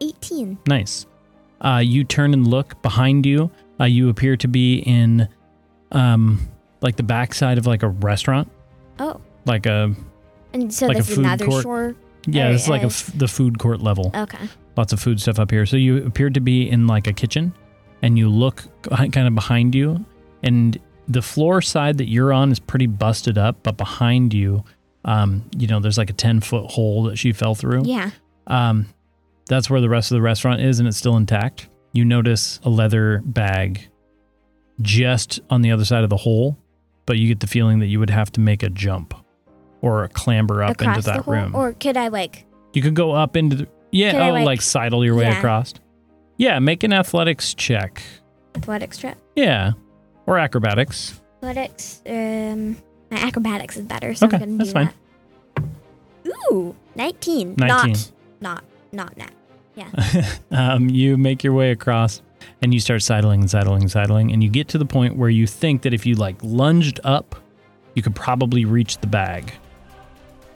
Speaker 4: 18.
Speaker 3: Nice. Uh, you turn and look behind you. Uh, you appear to be in, um, like the backside of like a restaurant,
Speaker 4: Oh,
Speaker 3: like a
Speaker 4: and so
Speaker 3: Like a
Speaker 4: that's
Speaker 3: food
Speaker 4: another
Speaker 3: court.
Speaker 4: shore.
Speaker 3: yeah,
Speaker 4: Very
Speaker 3: it's like a
Speaker 4: nice.
Speaker 3: f- the food court level.
Speaker 4: Okay.
Speaker 3: Lots of food stuff up here. So you appear to be in like a kitchen, and you look kind of behind you, and the floor side that you're on is pretty busted up, but behind you, um, you know, there's like a ten foot hole that she fell through.
Speaker 4: Yeah.
Speaker 3: Um, that's where the rest of the restaurant is, and it's still intact. You notice a leather bag just on the other side of the hole, but you get the feeling that you would have to make a jump or a clamber up
Speaker 4: Across
Speaker 3: into
Speaker 4: the
Speaker 3: that
Speaker 4: hole?
Speaker 3: room.
Speaker 4: Or could I, like,
Speaker 3: you could go up into the yeah,
Speaker 4: Could I,
Speaker 3: oh, like,
Speaker 4: like-
Speaker 3: sidle your way
Speaker 4: Yeah.
Speaker 3: across. Yeah, make an athletics check.
Speaker 4: athletics trip?
Speaker 3: Yeah, or acrobatics.
Speaker 4: Athletics. Um, my acrobatics is better, so
Speaker 3: Okay,
Speaker 4: I'm gonna
Speaker 3: that's
Speaker 4: do
Speaker 3: fine.
Speaker 4: that. Ooh, 19.
Speaker 3: 19.
Speaker 4: Not, not, not that.
Speaker 3: um, you make your way across and you start sidling, sidling, sidling, and you get to the point where you think that if you like lunged up, you could probably reach the bag.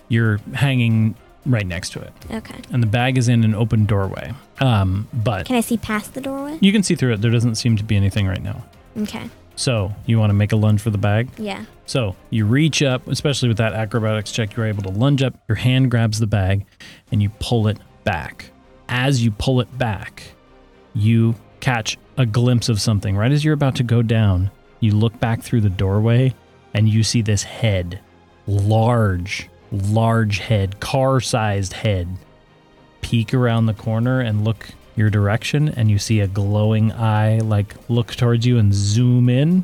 Speaker 3: You're hanging right next to it,
Speaker 4: Okay.
Speaker 3: and the bag is in an open doorway. Um, but
Speaker 4: Can I see past the doorway?
Speaker 3: you can see through it. There doesn't seem to be anything right now.
Speaker 4: Okay.
Speaker 3: So you want to make a lunge for the bag.
Speaker 4: Yeah.
Speaker 3: So you reach up, especially with that acrobatics check, you're able to lunge up, your hand grabs the bag, and you pull it back. As you pull it back, you catch a glimpse of something. Right as you're about to go down, you look back through the doorway and you see this head large, large head, car sized head peek around the corner and look your direction, and you see a glowing eye like look towards you and zoom in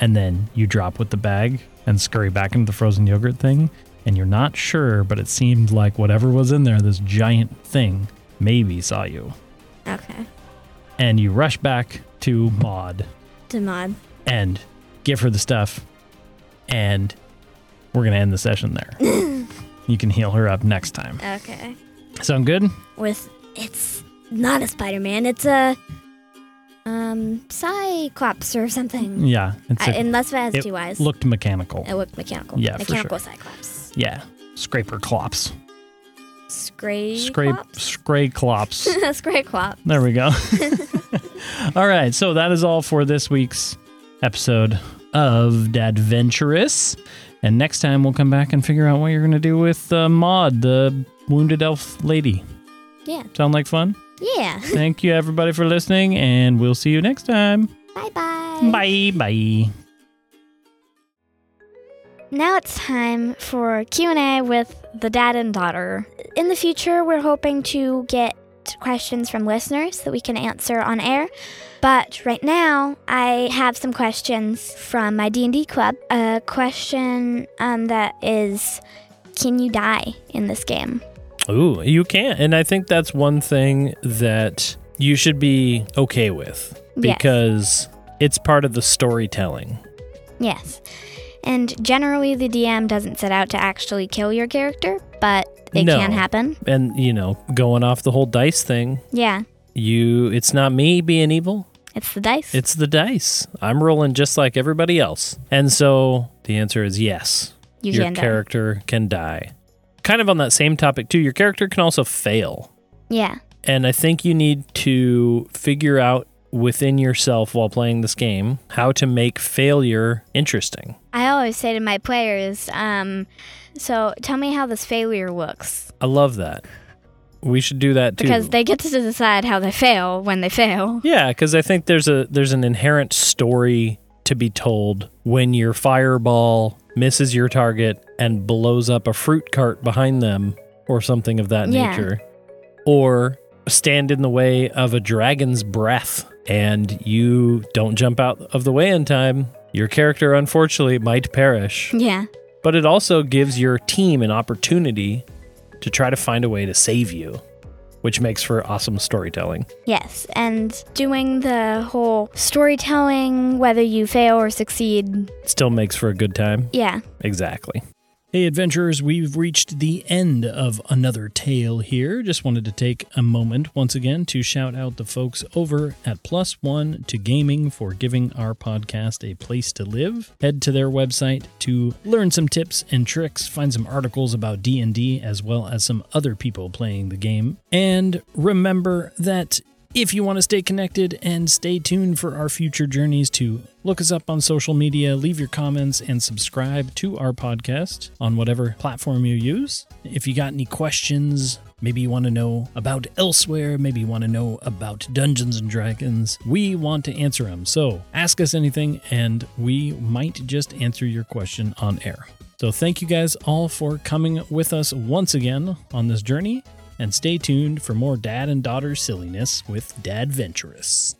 Speaker 3: and then you drop with the bag and scurry back into the frozen yogurt thing and you're not sure but it seemed like whatever was in there this giant thing maybe saw you
Speaker 4: Okay.
Speaker 3: and you rush back to maud
Speaker 4: To mod.
Speaker 3: and give her the stuff and we're gonna end the session there you can heal her up next time
Speaker 4: Okay.
Speaker 3: sound good
Speaker 4: With it's not a Spider Man. It's a um Cyclops or something.
Speaker 3: yeah it's
Speaker 4: I,
Speaker 3: a,
Speaker 4: unless it has
Speaker 3: Mm, it
Speaker 4: two eyes.
Speaker 3: looked mechanical
Speaker 4: it looked mechanical.
Speaker 3: Yeah, for
Speaker 4: mechanical Cyclops.
Speaker 3: yeah scraper clops
Speaker 4: Scrape.
Speaker 3: scrape scray clops
Speaker 4: Scrayclop.
Speaker 3: There we go. all right. So that is all for this week's episode of Dadventurous. And next time we'll come back and figure out what you're going to do with uh, Maud, the wounded elf lady.
Speaker 4: Yeah.
Speaker 3: Sound like fun?
Speaker 4: Yeah.
Speaker 3: Thank you, everybody, for listening. And we'll see you next time.
Speaker 4: bye bye.
Speaker 3: Bye. Bye.
Speaker 4: Now it's time for Q&A with the dad and daughter. In the future, we're hoping to get questions from listeners that we can answer on air. But right now, I have some questions from my D&D club. A question um, that is can you die in this game?
Speaker 5: Ooh, you can. And I think that's one thing that you should be okay with
Speaker 4: Yes.
Speaker 5: because it's part of the storytelling.
Speaker 4: Yes. And generally the DM doesn't set out to actually kill your character, but it
Speaker 5: No.
Speaker 4: can happen.
Speaker 5: And, you know, going off the whole dice thing,
Speaker 4: Yeah.
Speaker 5: you it's not me being evil,
Speaker 4: It's the dice.
Speaker 5: it's the dice. I'm rolling just like everybody else. And so the answer is yes.
Speaker 4: you
Speaker 5: your
Speaker 4: can die.
Speaker 5: character can die. Kind of on that same topic too, your character can also fail.
Speaker 4: Yeah.
Speaker 5: And I think you need to figure out within yourself while playing this game how to make failure interesting.
Speaker 4: I always say to my players, um, so tell me how this failure looks.
Speaker 5: I love that. We should do that too.
Speaker 4: Because they get to decide how they fail when they fail.
Speaker 5: yeah, because I think there's a there's an inherent story to be told when your fireball misses your target and blows up a fruit cart behind them or something of that
Speaker 4: Yeah.
Speaker 5: nature. Or stand in the way of a dragon's breath and you don't jump out of the way in time. Your character unfortunately might perish.
Speaker 4: Yeah.
Speaker 5: but it also gives your team an opportunity to try to find a way to save you, which makes for awesome storytelling.
Speaker 4: Yes, and doing the whole storytelling, whether you fail or succeed.
Speaker 5: Still makes for a good time.
Speaker 4: Yeah.
Speaker 5: Exactly.
Speaker 3: Hey, adventurers, we've reached the end of another tale here. Just wanted to take a moment once again to shout out the folks over at Plus One to Gaming for giving our podcast a place to live. Head to their website to learn some tips and tricks, find some articles about D&D as well as some other people playing the game. And remember that if you want to stay connected and stay tuned for our future journeys to look us up on social media, leave your comments and subscribe to our podcast on whatever platform you use. If you got any questions, maybe you want to know about elsewhere, maybe you want to know about Dungeons and Dragons, we want to answer them. So ask us anything and we might just answer your question on air. So thank you guys all for coming with us once again on this journey and stay tuned for more dad and daughter silliness with Dadventurous.